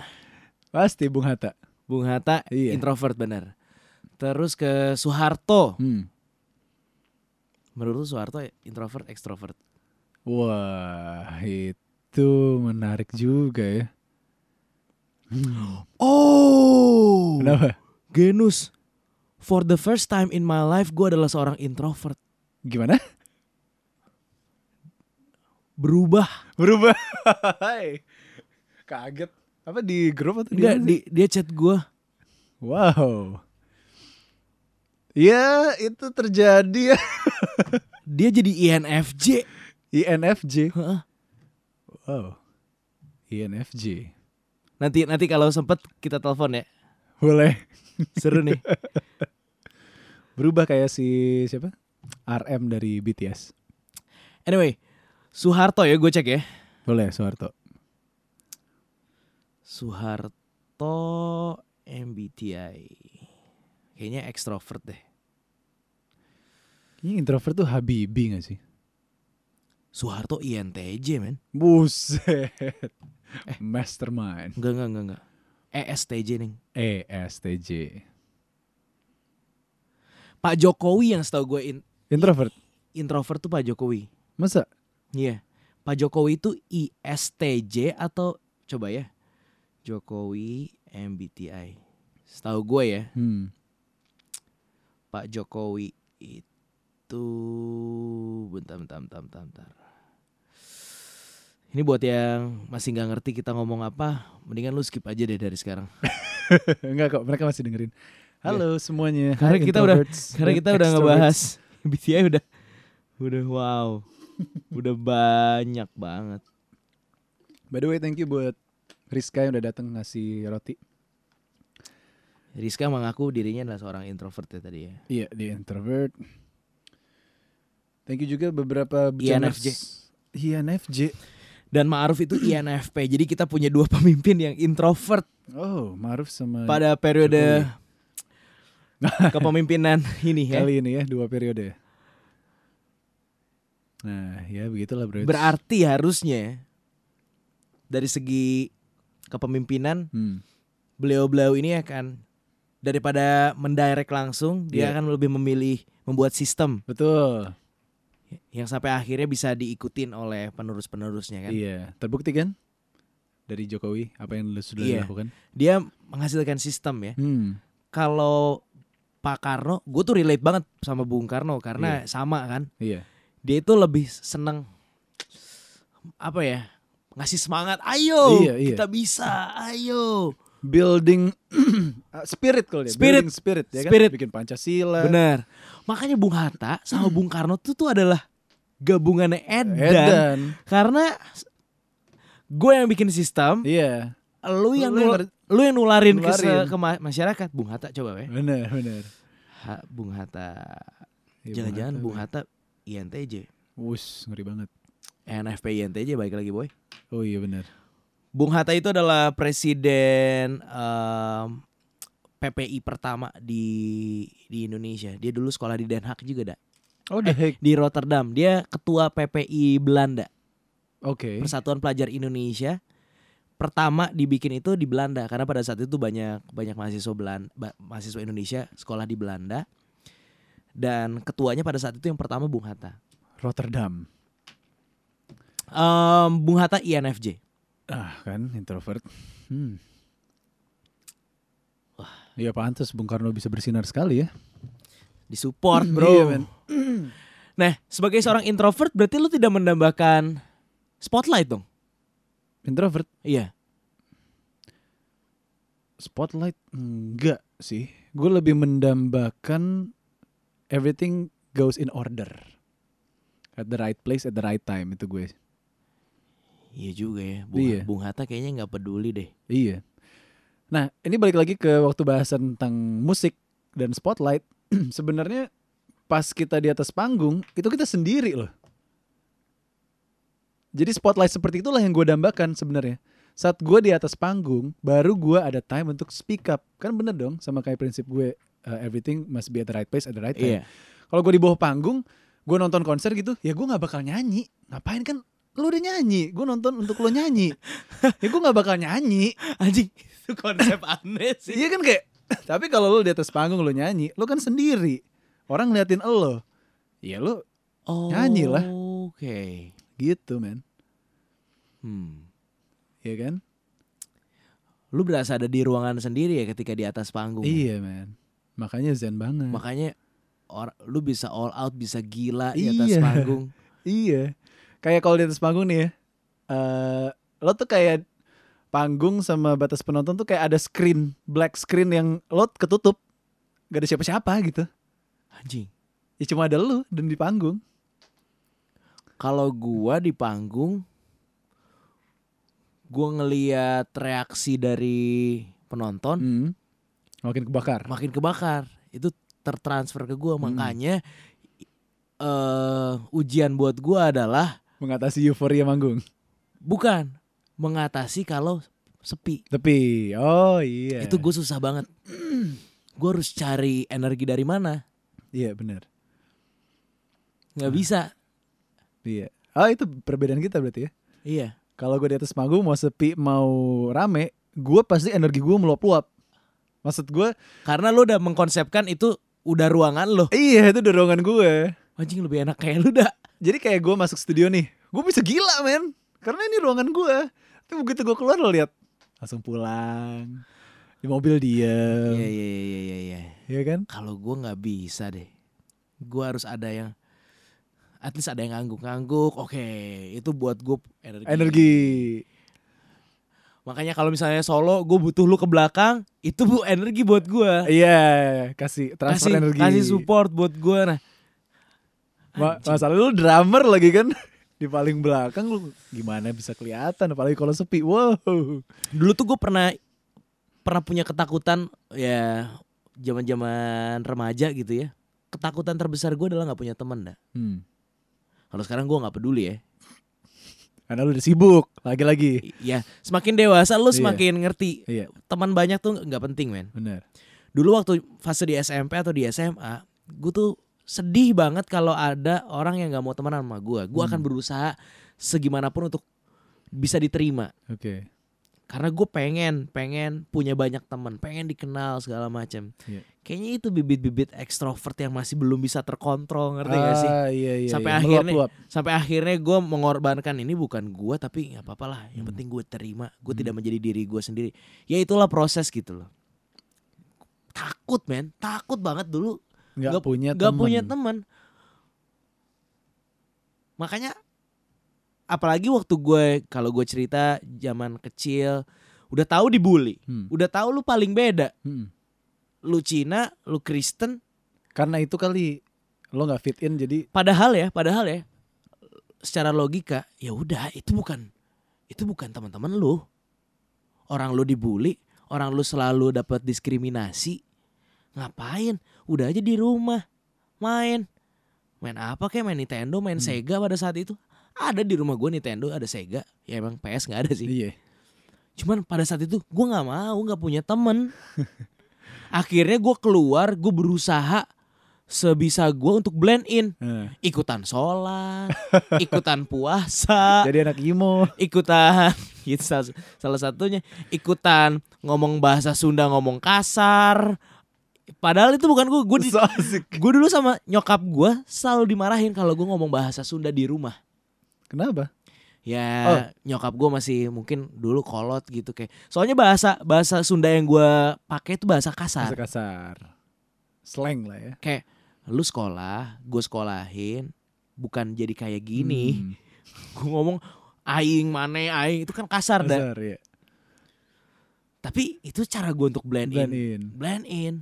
[SPEAKER 1] Pasti Bung Hatta.
[SPEAKER 2] Bung Hatta
[SPEAKER 1] Iya.
[SPEAKER 2] introvert bener. Terus ke Soeharto.
[SPEAKER 1] Hmm.
[SPEAKER 2] Menurut lu Soeharto introvert extrovert?
[SPEAKER 1] Wah, itu menarik juga ya.
[SPEAKER 2] Oh.
[SPEAKER 1] Kenapa?
[SPEAKER 2] Genus. For the first time in my life gua adalah seorang introvert.
[SPEAKER 1] Gimana?
[SPEAKER 2] Berubah.
[SPEAKER 1] Berubah. Hai. Kaget. Apa di grup atau di
[SPEAKER 2] Enggak,
[SPEAKER 1] mana sih?
[SPEAKER 2] di, dia chat gua.
[SPEAKER 1] Wow. Ya, itu terjadi ya.
[SPEAKER 2] Dia jadi E INFJ.
[SPEAKER 1] INFJ.
[SPEAKER 2] Heeh.
[SPEAKER 1] Wow. INFJ.
[SPEAKER 2] Nanti nanti kalau sempet kita telepon ya.
[SPEAKER 1] Boleh.
[SPEAKER 2] Seru nih.
[SPEAKER 1] Berubah kayak si siapa? RM dari BTS.
[SPEAKER 2] Anyway, Soeharto ya gue cek ya.
[SPEAKER 1] Boleh, Soeharto.
[SPEAKER 2] Soeharto MBTI. Kayaknya ekstrovert deh.
[SPEAKER 1] Kayaknya introvert tuh Habibi gak sih?
[SPEAKER 2] Soeharto INTJ men.
[SPEAKER 1] Buset. Mastermind. E
[SPEAKER 2] Enggak, enggak, enggak, E enggak. ESTJ nih.
[SPEAKER 1] ESTJ.
[SPEAKER 2] Pak Jokowi yang setahu gue in-
[SPEAKER 1] Introvert.
[SPEAKER 2] introvert tuh Pak Jokowi.
[SPEAKER 1] Masa?
[SPEAKER 2] Iya. Pak Jokowi itu ISTJ atau coba ya. Jokowi MBTI. Setahu gue ya,
[SPEAKER 1] Hmm.
[SPEAKER 2] Pak Jokowi itu bentar bentar bentar bentar. bentar. Ini buat yang masih nggak ngerti kita ngomong apa, mendingan lu skip aja deh dari sekarang.
[SPEAKER 1] Enggak kok, mereka masih dengerin. Halo semuanya.
[SPEAKER 2] Karena
[SPEAKER 1] Hai
[SPEAKER 2] kita udah-
[SPEAKER 1] introverts
[SPEAKER 2] Karena
[SPEAKER 1] dan
[SPEAKER 2] kita udah
[SPEAKER 1] extroverts.
[SPEAKER 2] ngebahas MBTI udah udah wow. Udah banyak banget.
[SPEAKER 1] By the way, thank you buat Rizka yang udah datang ngasih roti.
[SPEAKER 2] Rizka mengaku dirinya adalah seorang introvert ya tadi ya.
[SPEAKER 1] Iya, dia introvert. Thank you juga beberapa bejamers.
[SPEAKER 2] INFJ.
[SPEAKER 1] INFJ.
[SPEAKER 2] Dan Ma'ruf itu INFP. Jadi kita punya dua pemimpin yang introvert
[SPEAKER 1] Oh, Maruf sama
[SPEAKER 2] pada periode kepemimpinan ini ya.
[SPEAKER 1] kali ini ya dua periode. Nah, ya begitulah bro.
[SPEAKER 2] Berarti harusnya dari segi kepemimpinan
[SPEAKER 1] Hmm.
[SPEAKER 2] beliau-beliau ini akan daripada mendirect langsung dia
[SPEAKER 1] Iya.
[SPEAKER 2] akan lebih memilih membuat sistem
[SPEAKER 1] Betul.
[SPEAKER 2] yang sampai akhirnya bisa diikutin oleh penerus-penerusnya kan.
[SPEAKER 1] Iya, terbukti kan dari Jokowi apa yang lu- sudah
[SPEAKER 2] Iya.
[SPEAKER 1] dilakukan.
[SPEAKER 2] Dia menghasilkan sistem ya.
[SPEAKER 1] Hmm.
[SPEAKER 2] Kalau Pak Karno, gue tuh relate banget sama Bung Karno karena sama kan.
[SPEAKER 1] Iya.
[SPEAKER 2] Dia itu lebih seneng apa ya? ngasih semangat, ayo
[SPEAKER 1] Iya, iya.
[SPEAKER 2] kita bisa, ayo.
[SPEAKER 1] Building uh, spirit kalau dia.
[SPEAKER 2] Spirit.
[SPEAKER 1] Building spirit ya
[SPEAKER 2] Spirit.
[SPEAKER 1] kan. Bikin Pancasila.
[SPEAKER 2] Benar. Makanya Bung Hatta sama Bung Karno itu tuh adalah gabungannya Edan.
[SPEAKER 1] Edan.
[SPEAKER 2] Karena gue yang bikin sistem,
[SPEAKER 1] Iya.
[SPEAKER 2] lu yang
[SPEAKER 1] Lu yang
[SPEAKER 2] nul- lu yang nularin, ke, se-
[SPEAKER 1] nularin.
[SPEAKER 2] ke ma- masyarakat. Bung Hatta coba ya.
[SPEAKER 1] Benar, benar.
[SPEAKER 2] Ha, Bung Hatta.
[SPEAKER 1] Iya,
[SPEAKER 2] Jangan-jangan
[SPEAKER 1] Hatta,
[SPEAKER 2] Bung
[SPEAKER 1] Bang.
[SPEAKER 2] Hatta INTJ.
[SPEAKER 1] Wush, ngeri banget.
[SPEAKER 2] NFP INTJ baik lagi boy.
[SPEAKER 1] Oh iya benar.
[SPEAKER 2] Bung Hatta itu adalah presiden em, PPI pertama di di Indonesia. Dia dulu sekolah di Den Haag juga, dah.
[SPEAKER 1] Oh, The Hague.
[SPEAKER 2] Di Rotterdam. Dia ketua PPI Belanda.
[SPEAKER 1] Oke.
[SPEAKER 2] Persatuan Pelajar Indonesia pertama dibikin itu di Belanda karena pada saat itu banyak banyak mahasiswa Belanda mahasiswa Indonesia sekolah di Belanda dan ketuanya pada saat itu yang pertama Bung Hatta
[SPEAKER 1] Rotterdam.
[SPEAKER 2] Em, Bung Hatta INFJ
[SPEAKER 1] Ah, kan introvert. Hmm. Iya pantas Bung Karno bisa bersinar sekali ya.
[SPEAKER 2] disupport bro
[SPEAKER 1] Iya, men.
[SPEAKER 2] nah sebagai seorang introvert berarti lu tidak menambahkan spotlight dong
[SPEAKER 1] Introvert
[SPEAKER 2] iya
[SPEAKER 1] spotlight enggak sih. Gue lebih mendambakan everything goes in order. At the right place at the right time itu gue.
[SPEAKER 2] iya juga ya Bung,
[SPEAKER 1] Iya.
[SPEAKER 2] Bung Hatta kayaknya nggak peduli deh
[SPEAKER 1] Iya. Nah, ini balik lagi ke waktu bahasan tentang musik dan spotlight. Sebenarnya pas kita di atas panggung itu kita sendiri loh. Jadi spotlight seperti itulah yang gue dambakan sebenarnya. Saat gue di atas panggung, baru gue ada time untuk speak up. Kan bener eh, dong, sama kayak prinsip gue uh, everything must be at the right place at the right time.
[SPEAKER 2] iya
[SPEAKER 1] Kalau gue di bawah panggung, gue nonton konser gitu ya gue nggak bakal nyanyi ngapain kan lu udah nyanyi gue nonton untuk lo nyanyi ya gue nggak bakal nyanyi
[SPEAKER 2] Anjing, itu konsep aneh sih.
[SPEAKER 1] iya kan kayak tapi kalau lu di atas panggung lu nyanyi lu kan sendiri orang ngeliatin lo ya lu
[SPEAKER 2] Oh,
[SPEAKER 1] Nyanyi lah.
[SPEAKER 2] Oke.
[SPEAKER 1] gitu men
[SPEAKER 2] Hmm.
[SPEAKER 1] Iya kan
[SPEAKER 2] Lu berasa ada di ruangan sendiri ya ketika di atas panggung. ya?
[SPEAKER 1] iya men makanya zen banget
[SPEAKER 2] Makanya or, lu bisa all out, bisa gila di atas
[SPEAKER 1] Iya.
[SPEAKER 2] panggung.
[SPEAKER 1] Iya. Kayak kalau di atas panggung nih ya. eh, lo tuh kayak panggung sama batas penonton tuh kayak ada screen, black screen yang lo ketutup. Gak ada siapa-siapa gitu.
[SPEAKER 2] Anjing.
[SPEAKER 1] Ya cuma ada lo dan di panggung.
[SPEAKER 2] Kalau gua di panggung gua ngeliat reaksi dari penonton
[SPEAKER 1] Hmm. Makin kebakar.
[SPEAKER 2] makin kebakar. Itu tertransfer ke gua
[SPEAKER 1] Hmm.
[SPEAKER 2] makanya eh ujian buat gua adalah
[SPEAKER 1] Mengatasi euforia manggung.
[SPEAKER 2] Bukan mengatasi kalau sepi.
[SPEAKER 1] Tapi, oh iya.
[SPEAKER 2] Itu gue susah banget. gue harus cari energi dari mana?
[SPEAKER 1] Iya benar.
[SPEAKER 2] Nggak
[SPEAKER 1] Nah.
[SPEAKER 2] bisa.
[SPEAKER 1] Iya. Oh itu perbedaan kita berarti ya.
[SPEAKER 2] Iya.
[SPEAKER 1] Kalau gue di atas panggung mau sepi mau rame, gue pasti energi gue meluap-luap. Maksud gue,
[SPEAKER 2] Karena lo udah mengkonsepkan itu udah ruangan lo.
[SPEAKER 1] iya itu dorongan gue.
[SPEAKER 2] Anjing lebih enak kayak lu dah.
[SPEAKER 1] Jadi kayak gue masuk studio nih, gue bisa gila men, karena ini ruangan gue. Tapi begitu gue keluar lo lihat, langsung pulang, di mobil
[SPEAKER 2] Iya
[SPEAKER 1] diem,
[SPEAKER 2] iya iya iya iya.
[SPEAKER 1] ya kan?
[SPEAKER 2] Kalau gue nggak bisa deh. Gue harus ada yang at least ada yang ngangguk-ngangguk. Oke, itu buat gue energi.
[SPEAKER 1] Energi.
[SPEAKER 2] Makanya kalau misalnya solo, gue butuh lu ke belakang, itu bu energi buat gue.
[SPEAKER 1] Iya, kasih transfer
[SPEAKER 2] kasih,
[SPEAKER 1] energi.
[SPEAKER 2] kasih support buat gue nah
[SPEAKER 1] Ma- masalah lu drummer lagi kan? Di paling belakang lu gimana bisa kelihatan apalagi kalau sepi. Wow.
[SPEAKER 2] dulu tuh gue pernah pernah punya ketakutan ya zaman zaman remaja gitu ya ketakutan terbesar gue adalah nggak punya teman dah
[SPEAKER 1] Hmm.
[SPEAKER 2] kalau sekarang gue nggak peduli ya
[SPEAKER 1] Karena lu udah sibuk lagi-lagi.
[SPEAKER 2] I- ya semakin dewasa lu
[SPEAKER 1] Iya.
[SPEAKER 2] semakin ngerti
[SPEAKER 1] Iya,
[SPEAKER 2] teman banyak tuh nggak penting men
[SPEAKER 1] benar.
[SPEAKER 2] dulu waktu fase di SMP atau di SMA gue tuh sedih banget kalau ada orang yang nggak mau temenan sama gue gue
[SPEAKER 1] Hmm.
[SPEAKER 2] akan berusaha segimanapun untuk bisa diterima
[SPEAKER 1] Oke.
[SPEAKER 2] karena gue pengen pengen punya banyak teman pengen dikenal segala macam
[SPEAKER 1] Iya.
[SPEAKER 2] kayaknya itu bibit-bibit ekstrovert yang masih belum bisa terkontrol ngerti gak sih
[SPEAKER 1] Ah, iya, iya,
[SPEAKER 2] Sampai
[SPEAKER 1] iya.
[SPEAKER 2] akhirnya-
[SPEAKER 1] Meluap-luap.
[SPEAKER 2] sampai akhirnya gue mengorbankan ini bukan gue tapi nggak apa-apa lah yang
[SPEAKER 1] Hmm.
[SPEAKER 2] penting gue terima gue
[SPEAKER 1] Hmm.
[SPEAKER 2] tidak menjadi diri gue sendiri ya itulah proses gitu loh takut men takut banget dulu
[SPEAKER 1] nggak
[SPEAKER 2] Nggak-
[SPEAKER 1] punya
[SPEAKER 2] nggak
[SPEAKER 1] teman.
[SPEAKER 2] punya teman makanya apalagi waktu gue kalau gue cerita zaman kecil udah tahu dibully
[SPEAKER 1] Hmm.
[SPEAKER 2] udah tahu lu paling beda
[SPEAKER 1] Hmm.
[SPEAKER 2] lu Cina lu Kristen
[SPEAKER 1] Karena itu kali lo nggak fit in jadi
[SPEAKER 2] padahal ya padahal ya secara logika ya udah itu bukan itu bukan teman-teman lu orang lu dibully orang lu selalu dapat diskriminasi ngapain udah aja di rumah main main apa kayak main Nintendo main
[SPEAKER 1] Hmm.
[SPEAKER 2] Sega pada saat itu ada di rumah gue Nintendo ada Sega ya emang PS nggak ada sih
[SPEAKER 1] iya.
[SPEAKER 2] Cuman pada saat itu gue nggak mau, nggak punya temen. Akhirnya gue keluar, gue berusaha sebisa gue untuk blend in,
[SPEAKER 1] Nah,
[SPEAKER 2] ikutan sholat, ikutan puasa,
[SPEAKER 1] jadi anak emo.
[SPEAKER 2] ikutan gitu salah, salah satunya, ikutan ngomong bahasa Sunda ngomong kasar. Padahal itu bukan gue, gue
[SPEAKER 1] So asik.
[SPEAKER 2] gue dulu sama nyokap gue selalu dimarahin kalau gue ngomong bahasa Sunda di rumah.
[SPEAKER 1] Kenapa?
[SPEAKER 2] Ya
[SPEAKER 1] Oh.
[SPEAKER 2] nyokap gue masih mungkin dulu kolot gitu kayak. Soalnya bahasa bahasa Sunda yang gue pakai itu bahasa
[SPEAKER 1] Bahasa
[SPEAKER 2] kasar.
[SPEAKER 1] kasar. Slang lah ya.
[SPEAKER 2] Kayak lu sekolah, gue sekolahin, bukan jadi kayak gini.
[SPEAKER 1] Hmm,
[SPEAKER 2] Gue ngomong aing mane aing itu kan kasar dah.
[SPEAKER 1] kasar ya.
[SPEAKER 2] Tapi itu cara gue untuk blend,
[SPEAKER 1] Blend
[SPEAKER 2] in.
[SPEAKER 1] in.
[SPEAKER 2] Blend in.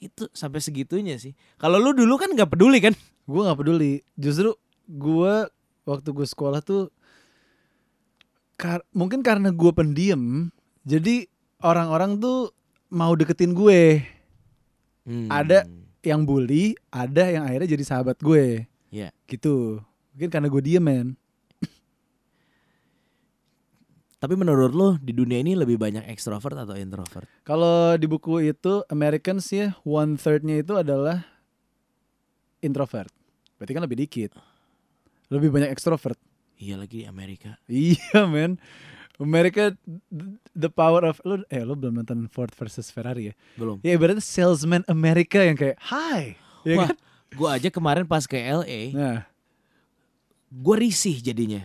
[SPEAKER 2] Itu sampai segitunya sih. Kalau lu dulu kan nggak peduli kan?
[SPEAKER 1] Gue nggak peduli. Justru gue waktu gue sekolah tuh kar- mungkin karena gue pendiam, jadi orang-orang tuh mau deketin gue.
[SPEAKER 2] Hmm.
[SPEAKER 1] Ada. Yang bully ada yang akhirnya jadi sahabat gue.
[SPEAKER 2] Iya.
[SPEAKER 1] Gitu. Mungkin karena gue diem men.
[SPEAKER 2] Tapi menurut lu di dunia ini lebih banyak ekstrovert atau introvert?
[SPEAKER 1] Kalau di buku itu Americans ya one thirdnya itu adalah introvert. Berarti kan lebih dikit. Lebih banyak ekstrovert.
[SPEAKER 2] Iya lagi di Amerika.
[SPEAKER 1] Iya, men. Amerika the power of lu eh lu belum nonton Ford versus Ferrari ya.
[SPEAKER 2] Belum.
[SPEAKER 1] Ya ibaratnya salesman Amerika yang kayak hi. Ya
[SPEAKER 2] Wah,
[SPEAKER 1] kan?
[SPEAKER 2] gue aja kemarin pas ke LA,
[SPEAKER 1] Nah,
[SPEAKER 2] gue risih jadinya.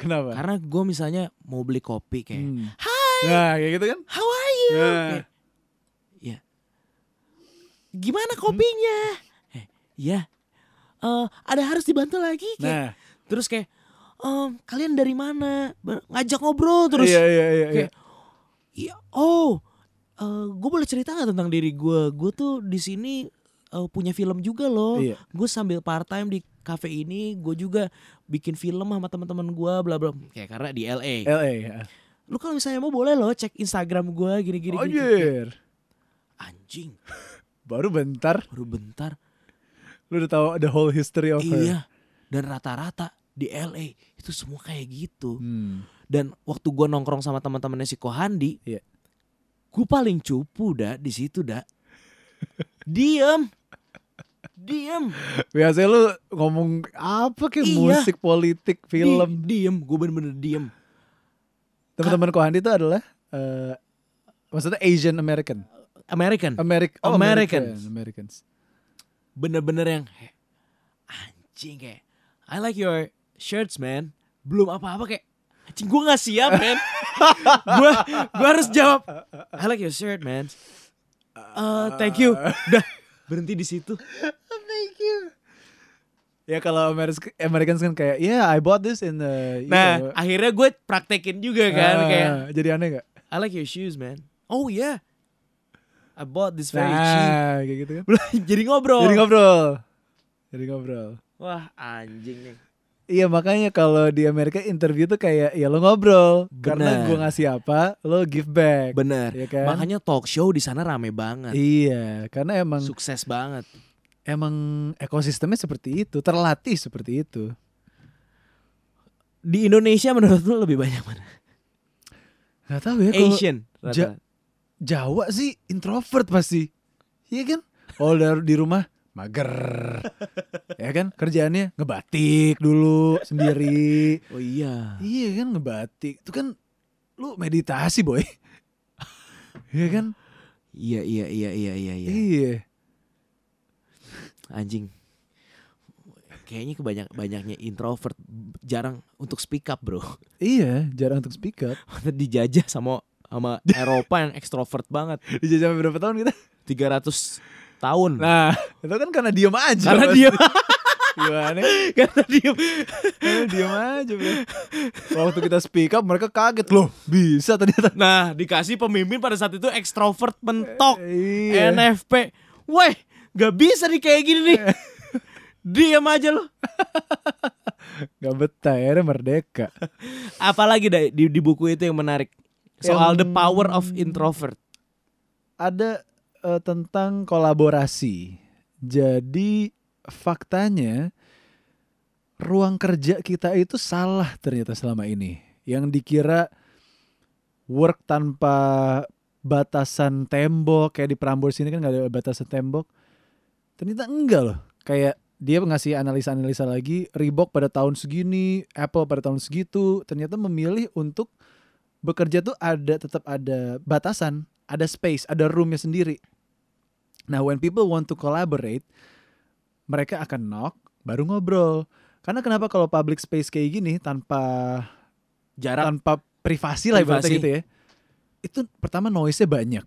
[SPEAKER 1] kenapa?
[SPEAKER 2] Karena gue misalnya mau beli kopi kayak,
[SPEAKER 1] Hmm.
[SPEAKER 2] Hi,
[SPEAKER 1] Nah, kayak gitu kan?
[SPEAKER 2] how are you?
[SPEAKER 1] Nah.
[SPEAKER 2] Kayak, Ya. Gimana kopinya? Eh, ya. Eh, ada harus dibantu lagi kayak.
[SPEAKER 1] Nah,
[SPEAKER 2] gitu. Terus kayak, "Em, kalian dari mana? Ber- ngajak ngobrol terus.
[SPEAKER 1] iya iya iya. iya.
[SPEAKER 2] kayak "Iya, oh gue boleh cerita nggak tentang diri gue gue tuh di sini eh, punya film juga loh
[SPEAKER 1] Iya.
[SPEAKER 2] gue sambil part time di cafe ini gue juga bikin film sama teman-teman gue bla bla kayak karena di LA
[SPEAKER 1] LA. ya.
[SPEAKER 2] lu kalau misalnya mau boleh loh cek Instagram gue gini gini,
[SPEAKER 1] Oh,
[SPEAKER 2] gini.
[SPEAKER 1] Anjir.
[SPEAKER 2] anjing
[SPEAKER 1] Baru bentar
[SPEAKER 2] baru bentar
[SPEAKER 1] lu udah tahu the whole history of her.
[SPEAKER 2] iya dan rata-rata di LA itu semua kayak gitu
[SPEAKER 1] Hmm.
[SPEAKER 2] dan waktu gue nongkrong sama teman-temannya si Kohandi
[SPEAKER 1] Iya.
[SPEAKER 2] gue paling cupu dah di situ dah diem diem
[SPEAKER 1] Biasanya lu ngomong apa kayak
[SPEAKER 2] Iya.
[SPEAKER 1] musik, politik, film.
[SPEAKER 2] Di- diem gue bener-bener diem
[SPEAKER 1] Teman-teman Kohandi itu adalah eh, maksudnya Asian American.
[SPEAKER 2] American
[SPEAKER 1] American
[SPEAKER 2] Oh,
[SPEAKER 1] American.
[SPEAKER 2] Americans.
[SPEAKER 1] Americans.
[SPEAKER 2] bener-bener yang "Heh, anjing kayak I like your shirts man belum apa-apa kayak anjing gue nggak siap man gue gue harus jawab I like your shirt man Eh, thank you udah berhenti di situ
[SPEAKER 1] Thank you. Ya kalau Ameri- Americans kan kayak yeah I bought this in the you know."
[SPEAKER 2] Nah, akhirnya gue praktekin juga kan
[SPEAKER 1] Iya. Ah,
[SPEAKER 2] kayak
[SPEAKER 1] jadi aneh gak?
[SPEAKER 2] I like your shoes, man. Oh yeah. I bought this very cheap.
[SPEAKER 1] Nah, kayak gitu kan.
[SPEAKER 2] Jadi ngobrol.
[SPEAKER 1] Jadi ngobrol. Jadi ngobrol.
[SPEAKER 2] Wah, anjing nih.
[SPEAKER 1] Iya makanya kalau di Amerika interview tuh kayak ya lo ngobrol karena
[SPEAKER 2] Bener.
[SPEAKER 1] gue ngasih apa lo give back.
[SPEAKER 2] Bener.
[SPEAKER 1] Iya kan?
[SPEAKER 2] Makanya talk show di sana rame banget.
[SPEAKER 1] Iya karena emang
[SPEAKER 2] Sukses banget.
[SPEAKER 1] emang ekosistemnya seperti itu terlatih seperti itu.
[SPEAKER 2] Di Indonesia menurut lu lebih banyak mana?
[SPEAKER 1] Gak tahu ya kalau
[SPEAKER 2] Asian.
[SPEAKER 1] Ja-
[SPEAKER 2] rata-rata.
[SPEAKER 1] Jawa sih introvert pasti. Iya kan? All dari di rumah mager. ya kan? Kerjaannya ngebatik dulu sendiri.
[SPEAKER 2] Oh iya.
[SPEAKER 1] Iya kan ngebatik. Itu kan lu meditasi, boy. Iya kan?
[SPEAKER 2] Iya iya iya iya iya iya.
[SPEAKER 1] Iya.
[SPEAKER 2] Anjing. Kayaknya kebanyak banyaknya introvert jarang untuk speak up, Bro.
[SPEAKER 1] Iya, jarang untuk speak up.
[SPEAKER 2] Dijajah sama sama Eropa yang ekstrovert banget.
[SPEAKER 1] Dijajah sampai berapa tahun kita?
[SPEAKER 2] 300 tahun.
[SPEAKER 1] Nah, itu kan karena diem aja.
[SPEAKER 2] karena
[SPEAKER 1] pasti.
[SPEAKER 2] dia
[SPEAKER 1] Gimana?
[SPEAKER 2] karena diem
[SPEAKER 1] Karena diem aja, bro. Waktu kita speak up, mereka kaget loh. Bisa ternyata.
[SPEAKER 2] nah dikasih pemimpin pada saat itu ekstrovert mentok
[SPEAKER 1] Iya.
[SPEAKER 2] NFP weh gak bisa nih kayak gini nih diam aja lo
[SPEAKER 1] Gak betah, akhirnya merdeka.
[SPEAKER 2] apalagi Day, di, di buku itu yang menarik soal
[SPEAKER 1] Yang-
[SPEAKER 2] the power of introvert
[SPEAKER 1] ada eh, tentang kolaborasi. Jadi faktanya ruang kerja kita itu salah ternyata selama ini. Yang dikira work tanpa batasan tembok kayak di Prambors ini kan nggak ada batasan tembok. Ternyata enggak loh. Kayak dia ngasih analisa-analisa lagi, Reebok pada tahun segini, Apple pada tahun segitu, ternyata memilih untuk bekerja tuh ada tetap ada batasan, ada space, ada roomnya sendiri. Nah, when people want to collaborate, mereka akan knock, baru ngobrol. Karena kenapa kalau public space kayak gini tanpa
[SPEAKER 2] jarak
[SPEAKER 1] tanpa privasi lah ibaratnya
[SPEAKER 2] Privasi.
[SPEAKER 1] gitu ya. Itu pertama noise-nya banyak.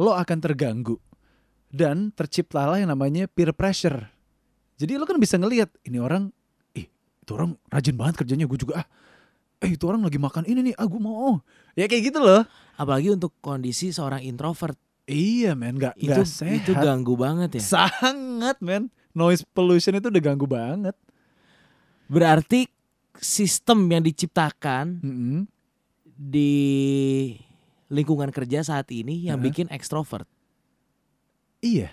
[SPEAKER 1] Lo akan terganggu. Dan terciptalah yang namanya peer pressure. Jadi lo kan bisa ngelihat ini orang ih, itu orang rajin banget kerjanya gue juga ah. Eh, itu orang lagi makan ini nih, ah gue mau. Ya kayak gitu loh.
[SPEAKER 2] apalagi untuk kondisi seorang introvert
[SPEAKER 1] Iya, men, nggak
[SPEAKER 2] itu
[SPEAKER 1] nggak sehat.
[SPEAKER 2] itu ganggu banget ya
[SPEAKER 1] Sangat, men. Noise pollution itu udah ganggu banget.
[SPEAKER 2] berarti sistem yang diciptakan
[SPEAKER 1] Mm-mm.
[SPEAKER 2] di lingkungan kerja saat ini yang
[SPEAKER 1] Heeh.
[SPEAKER 2] bikin ekstrovert
[SPEAKER 1] Iya.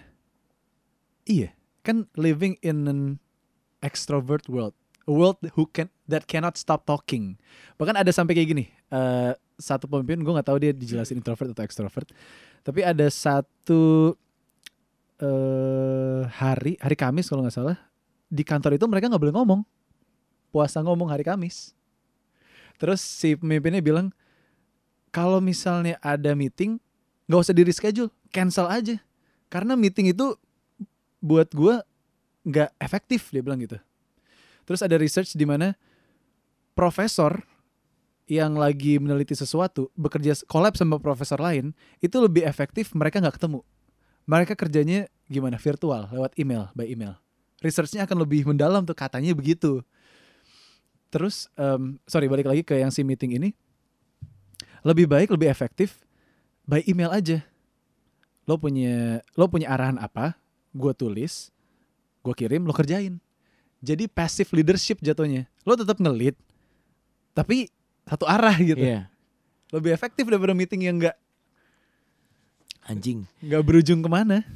[SPEAKER 1] Iya. Kan living in an extrovert world. A world who can that cannot stop talking. Bahkan ada sampai kayak gini. eh, satu pemimpin gue nggak tahu dia dijelasin introvert atau extrovert. Tapi ada satu eh hari hari Kamis kalau nggak salah di kantor itu mereka nggak boleh ngomong puasa ngomong hari Kamis terus si pemimpinnya bilang kalau misalnya ada meeting nggak usah di reschedule cancel aja karena meeting itu buat gua nggak efektif dia bilang gitu terus ada research di mana profesor yang lagi meneliti sesuatu bekerja collab sama profesor lain itu lebih efektif mereka nggak ketemu mereka kerjanya gimana virtual lewat email by email researchnya akan lebih mendalam tuh katanya begitu terus em, sorry balik lagi ke yang si meeting ini lebih baik lebih efektif by email aja lo punya lo punya arahan apa gue tulis gue kirim lo kerjain jadi passive leadership jatuhnya lo tetap ngelit tapi satu arah gitu
[SPEAKER 2] Iya.
[SPEAKER 1] lebih efektif daripada meeting yang nggak
[SPEAKER 2] Anjing.
[SPEAKER 1] nggak berujung kemana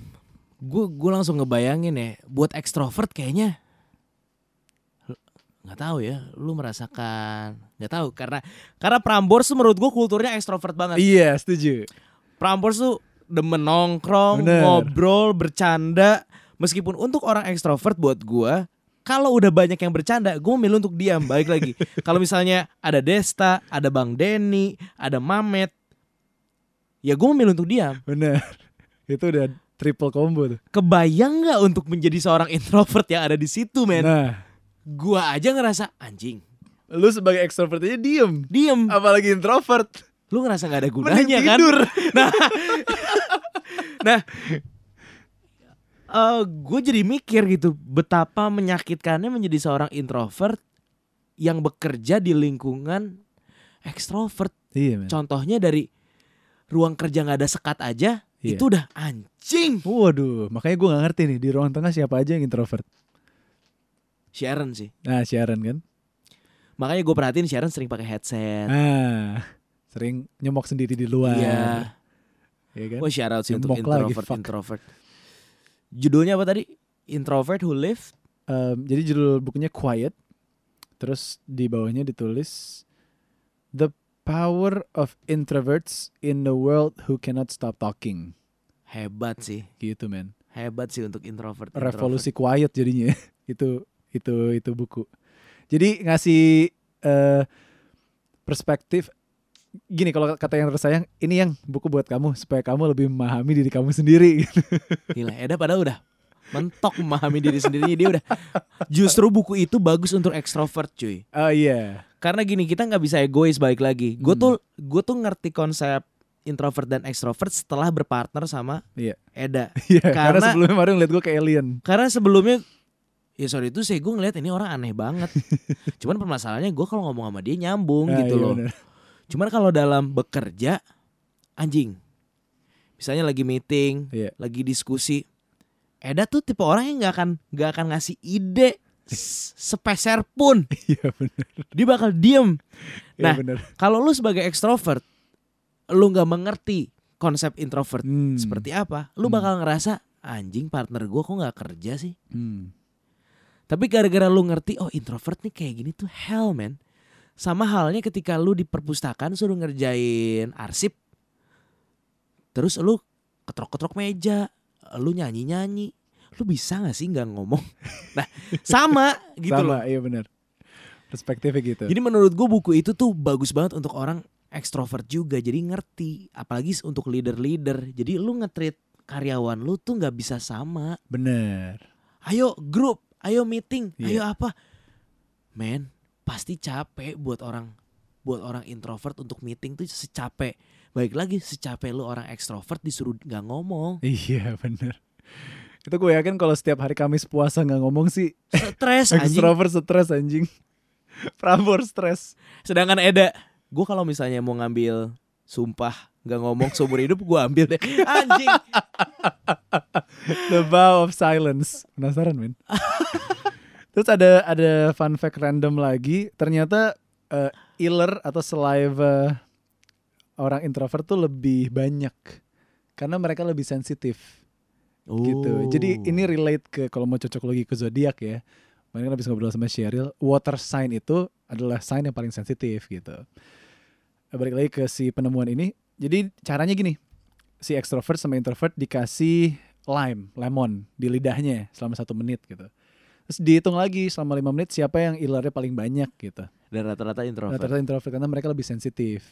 [SPEAKER 2] Gue gue langsung ngebayangin ya, buat ekstrovert kayaknya Lu- nggak tahu ya, lu merasakan nggak tahu karena karena Prambors tuh menurut gue kulturnya ekstrovert banget.
[SPEAKER 1] iya setuju
[SPEAKER 2] Prambors tuh demen nongkrong,
[SPEAKER 1] Bener.
[SPEAKER 2] ngobrol, bercanda. Meskipun untuk orang ekstrovert buat gua, kalau udah banyak yang bercanda, gue memilih untuk diam. Baik lagi, kalau misalnya ada Desta, ada Bang Denny, ada Mamet, ya gue memilih untuk diam.
[SPEAKER 1] bener itu udah triple combo tuh
[SPEAKER 2] Kebayang nggak untuk menjadi seorang introvert yang ada di situ, men?
[SPEAKER 1] nah
[SPEAKER 2] Gua aja ngerasa anjing,
[SPEAKER 1] lu sebagai extrovert aja diem
[SPEAKER 2] diem.
[SPEAKER 1] apalagi introvert
[SPEAKER 2] Lu ngerasa nggak ada
[SPEAKER 1] mending
[SPEAKER 2] gunanya kan?
[SPEAKER 1] tidur
[SPEAKER 2] Nah, nah, eh gue jadi mikir gitu betapa menyakitkannya menjadi seorang introvert yang bekerja di lingkungan ekstrovert.
[SPEAKER 1] iya men
[SPEAKER 2] Contohnya dari ruang kerja nggak ada sekat aja,
[SPEAKER 1] Iya.
[SPEAKER 2] itu udah anjing.
[SPEAKER 1] waduh makanya gue nggak ngerti nih di ruang tengah siapa aja yang introvert
[SPEAKER 2] Sharon sih,
[SPEAKER 1] nah siaran kan
[SPEAKER 2] makanya gue perhatiin Sharon sering pakai headset.
[SPEAKER 1] ah sering nyemok sendiri di luar
[SPEAKER 2] Iya.
[SPEAKER 1] Iya kan
[SPEAKER 2] Wah shout out sih untuk
[SPEAKER 1] Tembok lagi,
[SPEAKER 2] introvert
[SPEAKER 1] fuck.
[SPEAKER 2] introvert. Judulnya apa tadi? Introvert who live
[SPEAKER 1] Em, jadi judul bukunya Quiet terus di bawahnya ditulis The Power of Introverts in the World Who Cannot Stop Talking
[SPEAKER 2] hebat sih,
[SPEAKER 1] gitu men
[SPEAKER 2] hebat sih untuk introvert. introvert.
[SPEAKER 1] revolusi quiet jadinya ya. itu itu itu buku jadi ngasih eh, perspektif gini kalau kata yang tersayang ini yang buku buat kamu supaya kamu lebih memahami diri kamu sendiri
[SPEAKER 2] Gila, Eda padahal udah mentok memahami diri sendirinya dia udah justru buku itu bagus untuk ekstrovert cuy
[SPEAKER 1] oh iya
[SPEAKER 2] karena gini kita nggak bisa egois balik lagi gue
[SPEAKER 1] Hmm.
[SPEAKER 2] tuh gue tuh ngerti konsep introvert dan ekstrovert setelah berpartner sama
[SPEAKER 1] Iya.
[SPEAKER 2] Eda
[SPEAKER 1] Iya, karena,
[SPEAKER 2] Karena-
[SPEAKER 1] sebelumnya kemarin ngeliat gue kayak alien
[SPEAKER 2] karena sebelumnya ya sorry itu sih gue ngeliat ini orang aneh banget cuman permasalahannya gue kalau ngomong sama dia nyambung
[SPEAKER 1] Ah,
[SPEAKER 2] gitu
[SPEAKER 1] iya
[SPEAKER 2] loh
[SPEAKER 1] bener.
[SPEAKER 2] cuman kalau dalam bekerja anjing misalnya lagi meeting
[SPEAKER 1] Iya.
[SPEAKER 2] lagi diskusi Eda tuh tipe orang yang nggak akan nggak akan ngasih ide s- sepeser pun
[SPEAKER 1] iya bener
[SPEAKER 2] dia bakal diem
[SPEAKER 1] Iya,
[SPEAKER 2] Nah,
[SPEAKER 1] bener.
[SPEAKER 2] kalau lu sebagai ekstrovert lu nggak mengerti konsep introvert
[SPEAKER 1] Hmm,
[SPEAKER 2] seperti apa lu
[SPEAKER 1] Hmm.
[SPEAKER 2] bakal ngerasa anjing partner gua kok nggak kerja sih
[SPEAKER 1] hmm.
[SPEAKER 2] tapi gara-gara lu ngerti oh introvert nih kayak gini tuh hell man. Sama halnya ketika lu di perpustakaan suruh ngerjain arsip. Terus lu ketrok-ketrok meja, lu nyanyi-nyanyi. Lu bisa gak sih nggak ngomong? Nah, sama gitu loh.
[SPEAKER 1] sama iya bener perspektifnya gitu
[SPEAKER 2] Jadi menurut gue buku itu tuh bagus banget untuk orang ekstrovert juga. Jadi ngerti, apalagi untuk leader-leader. Jadi lu nge-treat karyawan lu tuh nggak bisa sama
[SPEAKER 1] bener
[SPEAKER 2] ayo grup, ayo meeting,
[SPEAKER 1] Iya.
[SPEAKER 2] ayo apa. Men, pasti capek buat orang buat orang introvert untuk meeting tuh secapek. Baik lagi secapek lu orang ekstrovert disuruh nggak ngomong.
[SPEAKER 1] iya bener itu gue yakin kalau setiap hari Kamis puasa nggak ngomong sih
[SPEAKER 2] Stres anjing.
[SPEAKER 1] Extrovert stres anjing. Prambor stres.
[SPEAKER 2] Sedangkan Eda, gue kalau misalnya mau ngambil sumpah nggak ngomong seumur hidup gue ambil deh. Anjing.
[SPEAKER 1] The vow of silence. Penasaran, men? Terus ada ada fun fact random lagi. Ternyata eh, iler atau saliva orang introvert tuh lebih banyak karena mereka lebih sensitif gitu.
[SPEAKER 2] Oh.
[SPEAKER 1] Jadi ini relate ke kalau mau cocok lagi ke zodiak ya. Kemarin kan habis ngobrol sama Sheryl, water sign itu adalah sign yang paling sensitif gitu. Balik lagi ke si penemuan ini. Jadi caranya gini, si extrovert sama introvert dikasih lime, lemon di lidahnya selama satu menit gitu. Terus Terus dihitung lagi selama lima menit siapa yang ilernya paling banyak gitu.
[SPEAKER 2] Dan rata-rata introvert.
[SPEAKER 1] Rata-rata introvert karena mereka lebih sensitif.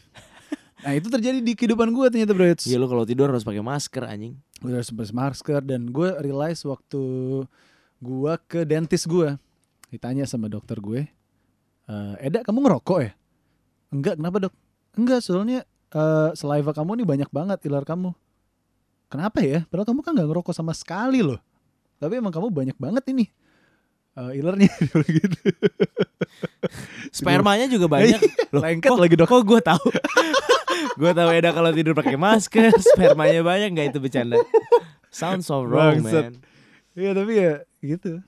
[SPEAKER 1] Nah itu terjadi di kehidupan gue ternyata bro. It's-
[SPEAKER 2] Iya lu kalau tidur harus pakai masker anjing.
[SPEAKER 1] Gue harus pakai masker dan gue realize waktu gue ke dentist gue ditanya sama dokter gue, "Eh, Eda kamu ngerokok ya? Enggak, kenapa dok? Enggak, soalnya eh, saliva kamu nih banyak banget ilar kamu. Kenapa ya? Padahal kamu kan nggak ngerokok sama sekali loh. Tapi emang kamu banyak banget ini eh, ilernya Dia bilang gitu.
[SPEAKER 2] Spermanya juga banyak. Loh,
[SPEAKER 1] Lengket
[SPEAKER 2] kok-
[SPEAKER 1] lagi dok.
[SPEAKER 2] Kok gue tahu? gue tahu Eda kalau tidur pakai masker, spermanya banyak nggak itu bercanda? Sounds so wrong,
[SPEAKER 1] Bangsat.
[SPEAKER 2] man.
[SPEAKER 1] Iya tapi ya gitu.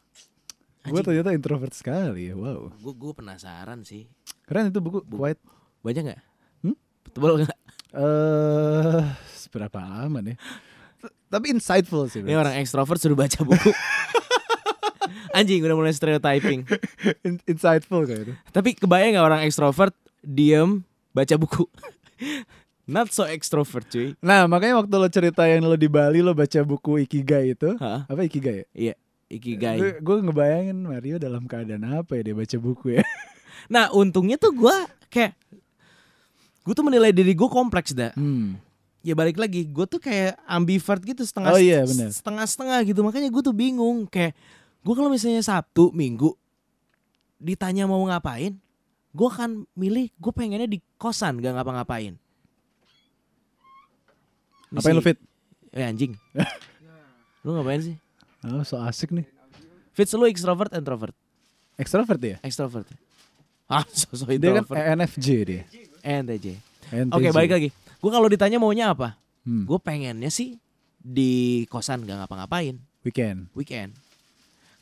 [SPEAKER 1] Gue
[SPEAKER 2] Anjing.
[SPEAKER 1] ternyata introvert sekali. ya, Wow.
[SPEAKER 2] Gue gue penasaran sih.
[SPEAKER 1] Keren itu buku
[SPEAKER 2] Bu-
[SPEAKER 1] Quiet
[SPEAKER 2] Banyak nggak?
[SPEAKER 1] Hmm?
[SPEAKER 2] Tebal nggak?
[SPEAKER 1] Eh, seberapa aman ya? T- Tapi insightful sih.
[SPEAKER 2] Ini
[SPEAKER 1] Brits.
[SPEAKER 2] orang ekstrovert suruh baca buku. Anjing udah mulai stereotyping.
[SPEAKER 1] In- insightful kayak itu.
[SPEAKER 2] Tapi kebayang nggak orang ekstrovert diem baca buku? Not so extrovert cuy.
[SPEAKER 1] Nah, makanya waktu lo cerita yang lo di Bali lo baca buku Ikigai itu,
[SPEAKER 2] Hah? Iya,
[SPEAKER 1] apa Ikigai ya?
[SPEAKER 2] Ikigai.
[SPEAKER 1] Gue ngebayangin Mario dalam keadaan apa ya dia baca buku ya.
[SPEAKER 2] Nah untungnya tuh gue kayak gue tuh menilai diri gue kompleks dah.
[SPEAKER 1] Hmm.
[SPEAKER 2] Ya balik lagi, gue tuh kayak ambivert gitu setengah
[SPEAKER 1] Oh iya, bener.
[SPEAKER 2] setengah setengah gitu. Makanya gue tuh bingung kayak gue kalau misalnya Sabtu Minggu ditanya mau ngapain, gue akan milih gue pengennya di kosan gak ngapa-ngapain. Ini
[SPEAKER 1] Apa yang lo
[SPEAKER 2] si-
[SPEAKER 1] fit?
[SPEAKER 2] Eh anjing. lu ngapain sih?
[SPEAKER 1] Oh, so asik nih.
[SPEAKER 2] Fitz lu extrovert introvert?
[SPEAKER 1] Extrovert ya?
[SPEAKER 2] Extrovert. Ah, sosok
[SPEAKER 1] Dia kan
[SPEAKER 2] introvert.
[SPEAKER 1] ENFJ dia.
[SPEAKER 2] NTJ.
[SPEAKER 1] ENTJ.
[SPEAKER 2] Oke, balik lagi. Gue kalau ditanya maunya apa?
[SPEAKER 1] Hmm.
[SPEAKER 2] Gue pengennya sih di kosan gak ngapa-ngapain
[SPEAKER 1] Weekend.
[SPEAKER 2] weekend.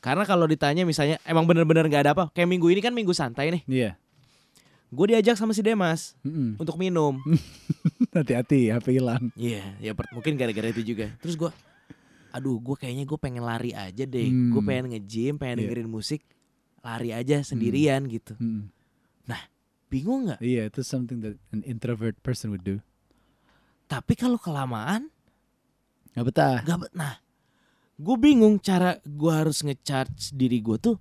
[SPEAKER 2] Karena kalau ditanya misalnya emang bener-bener gak ada apa, kayak minggu ini kan minggu santai nih.
[SPEAKER 1] Iya.
[SPEAKER 2] Gue diajak sama si Demas
[SPEAKER 1] Mm-mm.
[SPEAKER 2] untuk minum.
[SPEAKER 1] Hati-hati, HP hilang.
[SPEAKER 2] Iya, ya per- mungkin gara-gara itu juga. Terus gue, aduh, gue kayaknya gue pengen lari aja deh.
[SPEAKER 1] Hmm.
[SPEAKER 2] Gue pengen nge-gym,
[SPEAKER 1] Iya.
[SPEAKER 2] pengen
[SPEAKER 1] Hmm.
[SPEAKER 2] dengerin musik, lari aja sendirian gitu.
[SPEAKER 1] Mm-mm.
[SPEAKER 2] Bingung nggak?
[SPEAKER 1] Iya, itu something that an introvert person would do.
[SPEAKER 2] Tapi kalau kelamaan,
[SPEAKER 1] Gak betah.
[SPEAKER 2] gak bet- Nah, gue bingung cara gue harus ngecharge diri gue tuh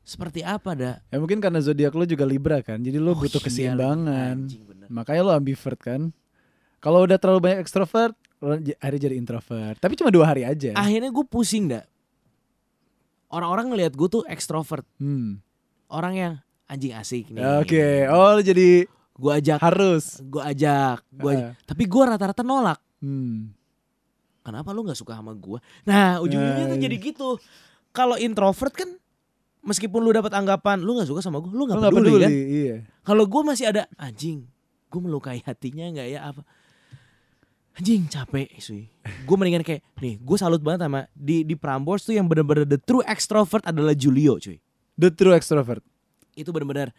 [SPEAKER 2] seperti apa dah.
[SPEAKER 1] Ya mungkin karena zodiak lo juga Libra kan, jadi lo
[SPEAKER 2] Oh,
[SPEAKER 1] butuh
[SPEAKER 2] iya,
[SPEAKER 1] keseimbangan.
[SPEAKER 2] anjing, bener.
[SPEAKER 1] Makanya lo ambivert kan. Kalau udah terlalu banyak ekstrovert, lo j- akhirnya jadi introvert. Tapi cuma dua hari aja.
[SPEAKER 2] Akhirnya gue pusing dah. Orang-orang ngelihat gue tuh ekstrovert,
[SPEAKER 1] Hmm.
[SPEAKER 2] orang yang anjing asik nih. iya.
[SPEAKER 1] Oke, oh lo jadi
[SPEAKER 2] Gue ajak,
[SPEAKER 1] harus.
[SPEAKER 2] gue ajak, gue.
[SPEAKER 1] Heeh.
[SPEAKER 2] Tapi gue rata-rata nolak.
[SPEAKER 1] Hmm.
[SPEAKER 2] kenapa lu nggak suka sama gua? Nah ujung-ujungnya tuh
[SPEAKER 1] Nah,
[SPEAKER 2] jadi gitu. Kalau introvert kan meskipun lu dapat anggapan lu nggak suka sama gua,
[SPEAKER 1] Lo
[SPEAKER 2] lu nggak
[SPEAKER 1] nggak
[SPEAKER 2] peduli,
[SPEAKER 1] peduli,
[SPEAKER 2] kan?
[SPEAKER 1] iya.
[SPEAKER 2] Kalau gua masih ada anjing, gua melukai hatinya nggak ya apa? Anjing capek sih. Gua mendingan kayak nih, gua salut banget sama di di Prambors tuh yang bener-bener the true extrovert adalah Julio cuy.
[SPEAKER 1] The true extrovert.
[SPEAKER 2] Itu bener-bener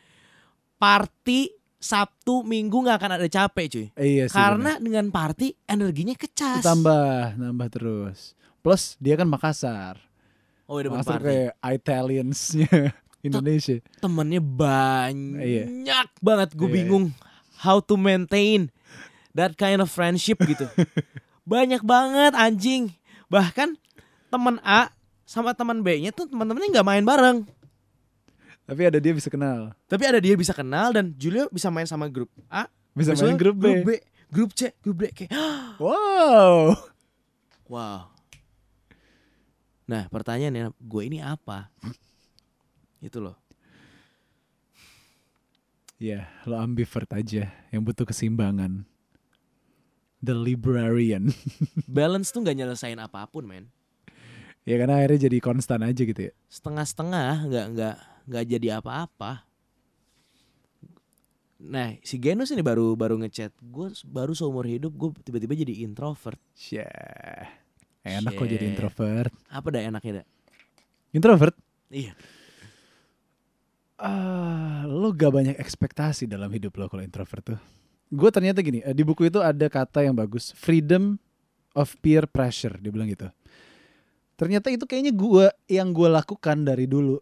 [SPEAKER 2] party Sabtu Minggu nggak akan ada capek cuy.
[SPEAKER 1] Eh, iya sih.
[SPEAKER 2] Karena dengan party energinya
[SPEAKER 1] bener.
[SPEAKER 2] kecas.
[SPEAKER 1] tambah, nambah terus. Plus dia kan Makassar.
[SPEAKER 2] Oh, ya, demen
[SPEAKER 1] Makassar
[SPEAKER 2] party.
[SPEAKER 1] kayak Italians-nya Indonesia.
[SPEAKER 2] temennya
[SPEAKER 1] Iya.
[SPEAKER 2] banyak banget gue
[SPEAKER 1] Iya,
[SPEAKER 2] bingung how to maintain that kind of friendship gitu banyak banget anjing bahkan teman A sama teman B-nya tuh teman-temannya nggak main bareng
[SPEAKER 1] Tapi ada dia bisa kenal.
[SPEAKER 2] tapi ada dia bisa kenal dan Julio bisa main sama grup A
[SPEAKER 1] Bisa main
[SPEAKER 2] besoknya
[SPEAKER 1] grup B.
[SPEAKER 2] grup B grup C grup D kayak
[SPEAKER 1] Wow.
[SPEAKER 2] wow nah pertanyaannya gue ini apa itu loh
[SPEAKER 1] Ya, lo ambivert aja yang butuh keseimbangan. The librarian.
[SPEAKER 2] balance tuh nggak nyelesain apapun men
[SPEAKER 1] ya karena akhirnya jadi konstan aja gitu ya.
[SPEAKER 2] setengah-setengah nggak nggak nggak jadi apa-apa nah si Genus ini baru baru ngechat gue baru seumur hidup gue tiba-tiba jadi introvert
[SPEAKER 1] Syah. Enak kok jadi
[SPEAKER 2] Syah.
[SPEAKER 1] introvert.
[SPEAKER 2] apa dah enaknya dah
[SPEAKER 1] Introvert?
[SPEAKER 2] iya
[SPEAKER 1] Ah, lo gak banyak ekspektasi dalam hidup lo kalau introvert tuh. Gue ternyata gini, eh, di buku itu ada kata yang bagus, freedom of peer pressure, dia bilang gitu. Ternyata itu kayaknya gua yang gue lakukan dari dulu.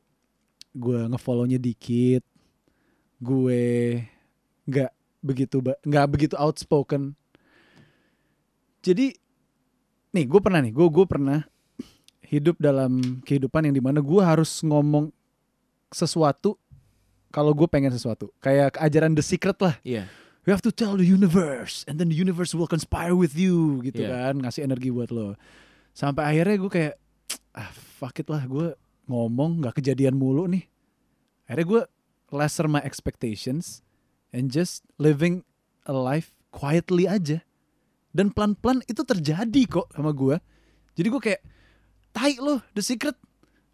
[SPEAKER 1] Gue ngefollownya dikit, gue nggak begitu ba- nggak begitu outspoken. Jadi, nih gue pernah nih, gue gue pernah hidup dalam kehidupan yang dimana gue harus ngomong sesuatu kalau gue pengen sesuatu kayak ajaran The Secret lah
[SPEAKER 2] Iya.
[SPEAKER 1] you have to tell the universe and then the universe will conspire with you gitu
[SPEAKER 2] Yeah.
[SPEAKER 1] kan ngasih energi buat lo sampai akhirnya gue kayak ah fuck it lah gue ngomong nggak kejadian mulu nih akhirnya gue lesser my expectations and just living a life quietly aja dan pelan-pelan itu terjadi kok sama gue jadi gue kayak tai lo the secret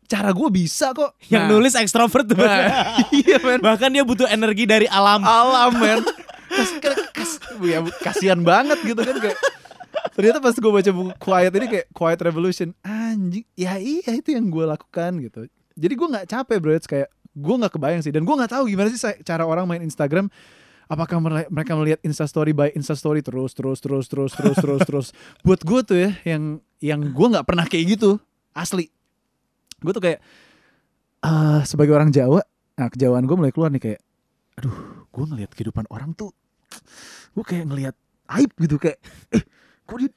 [SPEAKER 1] cara gue bisa kok
[SPEAKER 2] Yang
[SPEAKER 1] Nah,
[SPEAKER 2] nulis ekstrovert tuh.
[SPEAKER 1] Nah, iya men
[SPEAKER 2] Bahkan dia butuh energi dari alam.
[SPEAKER 1] alam men Kas- kas- kas- ya, kasihan banget gitu kan kayak ternyata pas gue baca buku Quiet ini kayak Quiet Revolution anjing ya iya itu yang gue lakukan gitu jadi gue nggak capek bro It's kayak gue nggak kebayang sih dan gue nggak tahu gimana sih sa- cara orang main Instagram apakah mere- mereka melihat instastory by instastory terus terus terus terus terus terus terus buat gue tuh ya yang yang gue nggak pernah kayak gitu asli gue tuh kayak eh sebagai orang Jawa nah kejauhan gue mulai keluar nih kayak aduh gue ngelihat kehidupan orang tuh gue kayak ngelihat aib gitu kayak eh kok dia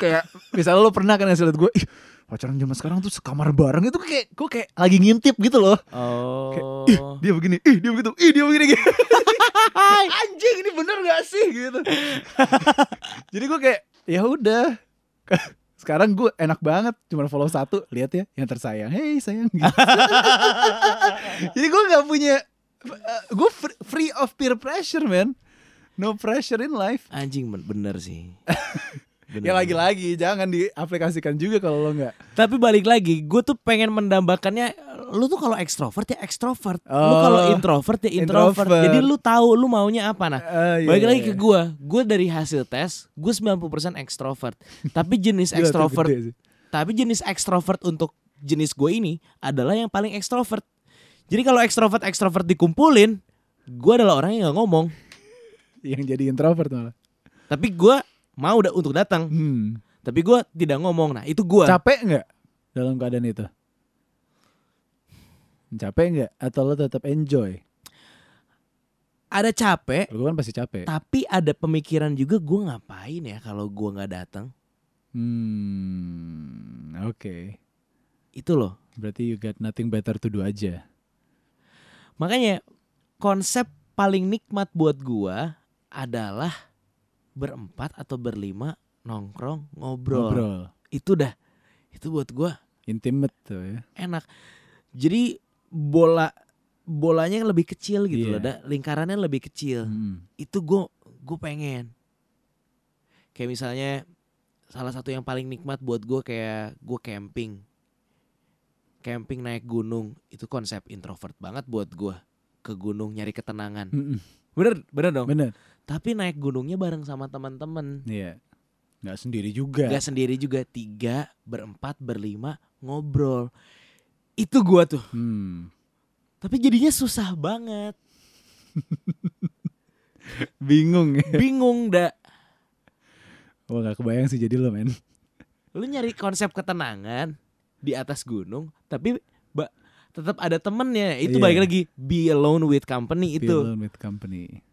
[SPEAKER 1] kayak misalnya lo pernah kan ngasih liat gue ih pacaran zaman sekarang tuh sekamar bareng itu kayak gue kayak lagi ngintip gitu loh
[SPEAKER 2] Oh.
[SPEAKER 1] ih dia begini ih dia begitu ih dia begini gitu. anjing ini bener gak sih gitu jadi gue kayak ya udah sekarang gue enak banget cuma follow satu lihat ya yang tersayang hey sayang gitu. jadi gue nggak punya eh, gue fr- free of peer pressure man no pressure in life
[SPEAKER 2] Anjing ben- bener sih.
[SPEAKER 1] ya
[SPEAKER 2] Bener.
[SPEAKER 1] lagi-lagi jangan diaplikasikan juga kalau lo nggak
[SPEAKER 2] Tapi balik lagi, gue tuh pengen mendambakannya lu tuh kalau ekstrovert ya ekstrovert, lu
[SPEAKER 1] Oh.
[SPEAKER 2] kalau introvert ya introvert.
[SPEAKER 1] Introvert.
[SPEAKER 2] Jadi lu tahu lu maunya apa nah.
[SPEAKER 1] Eh, iya,
[SPEAKER 2] Balik lagi
[SPEAKER 1] iya.
[SPEAKER 2] ke gue, gue dari hasil tes, gue 90% ekstrovert. Tapi
[SPEAKER 1] Gila,
[SPEAKER 2] jenis
[SPEAKER 1] tuh
[SPEAKER 2] ekstrovert,
[SPEAKER 1] gede sih.
[SPEAKER 2] tapi jenis ekstrovert untuk jenis gue ini adalah yang paling ekstrovert. Jadi kalau ekstrovert ekstrovert dikumpulin, gue adalah orang yang gak ngomong.
[SPEAKER 1] yang jadi introvert malah
[SPEAKER 2] Tapi gue mau da- untuk datang,
[SPEAKER 1] hmm.
[SPEAKER 2] tapi gue tidak ngomong. Nah itu gue.
[SPEAKER 1] Capek nggak dalam keadaan itu? Capek nggak? Atau lo tetap enjoy?
[SPEAKER 2] Ada capek,
[SPEAKER 1] Lo kan pasti capek.
[SPEAKER 2] Tapi ada pemikiran juga gue ngapain ya kalau gue nggak datang.
[SPEAKER 1] Hmm, oke.
[SPEAKER 2] Itu loh.
[SPEAKER 1] Berarti you got nothing better to do aja.
[SPEAKER 2] Makanya konsep paling nikmat buat gue adalah berempat atau berlima nongkrong ngobrol.
[SPEAKER 1] Ngobrol,
[SPEAKER 2] Itu dah. Itu buat gue
[SPEAKER 1] intimate tuh ya.
[SPEAKER 2] enak. Jadi bola bolanya lebih kecil gitu
[SPEAKER 1] Iya.
[SPEAKER 2] loh, Da. lingkarannya lebih kecil.
[SPEAKER 1] Hmm.
[SPEAKER 2] itu gue gue pengen kayak misalnya salah satu yang paling nikmat buat gue kayak gue camping camping naik gunung itu konsep introvert banget buat gue ke gunung nyari ketenangan
[SPEAKER 1] Mm-mm.
[SPEAKER 2] bener bener dong
[SPEAKER 1] Bener.
[SPEAKER 2] tapi naik gunungnya bareng sama teman-teman
[SPEAKER 1] Iya. Nggak sendiri juga.
[SPEAKER 2] Gak sendiri juga tiga berempat berlima ngobrol itu gue tuh
[SPEAKER 1] Hmm.
[SPEAKER 2] tapi jadinya susah banget
[SPEAKER 1] Bingung
[SPEAKER 2] Iya.
[SPEAKER 1] ya.
[SPEAKER 2] bingung dah
[SPEAKER 1] Wah nggak kebayang sih jadi lo men.
[SPEAKER 2] lu nyari konsep ketenangan di atas gunung tapi ba- tetap ada temennya itu
[SPEAKER 1] Iya.
[SPEAKER 2] balik lagi be alone with company
[SPEAKER 1] Be
[SPEAKER 2] itu
[SPEAKER 1] alone with company.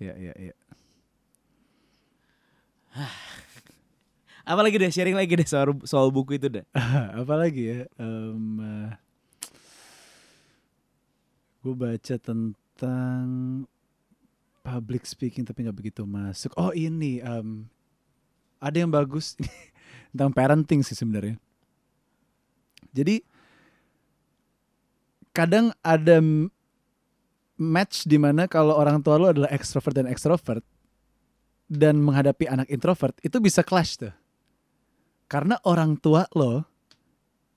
[SPEAKER 1] Ya ya ya.
[SPEAKER 2] apalagi deh sharing lagi deh soal soal buku itu deh
[SPEAKER 1] Apalagi ya. Em, eh, gue baca tentang public speaking tapi nggak begitu masuk. Oh ini em, ada yang bagus tentang parenting sih sebenarnya. Jadi kadang ada m- match di mana kalau orang tua lu adalah extrovert dan extrovert dan menghadapi anak introvert itu bisa clash tuh. Karena orang tua lo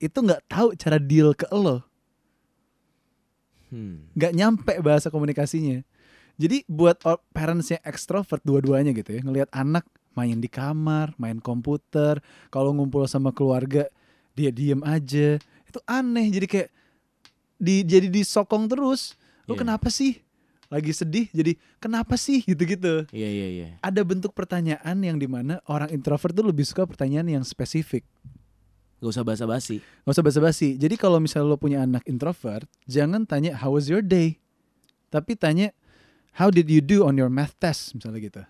[SPEAKER 1] itu nggak tahu cara deal ke lo
[SPEAKER 2] hmm.
[SPEAKER 1] nggak nyampe bahasa komunikasinya. Jadi buat or- parents yang ekstrovert dua-duanya gitu ya, ngelihat anak main di kamar, main komputer, kalau ngumpul sama keluarga dia diem aja, itu aneh. Jadi kayak di jadi disokong terus. Lu
[SPEAKER 2] Iya.
[SPEAKER 1] kenapa sih? Lagi sedih, jadi kenapa sih gitu-gitu.
[SPEAKER 2] iya iya iya
[SPEAKER 1] Ada bentuk pertanyaan yang dimana orang introvert tuh lebih suka pertanyaan yang spesifik.
[SPEAKER 2] gak usah basa-basi
[SPEAKER 1] Gak usah basa-basi. Jadi kalau misalnya lo punya anak introvert, jangan tanya how was your day. Tapi tanya how did you do on your math test misalnya gitu.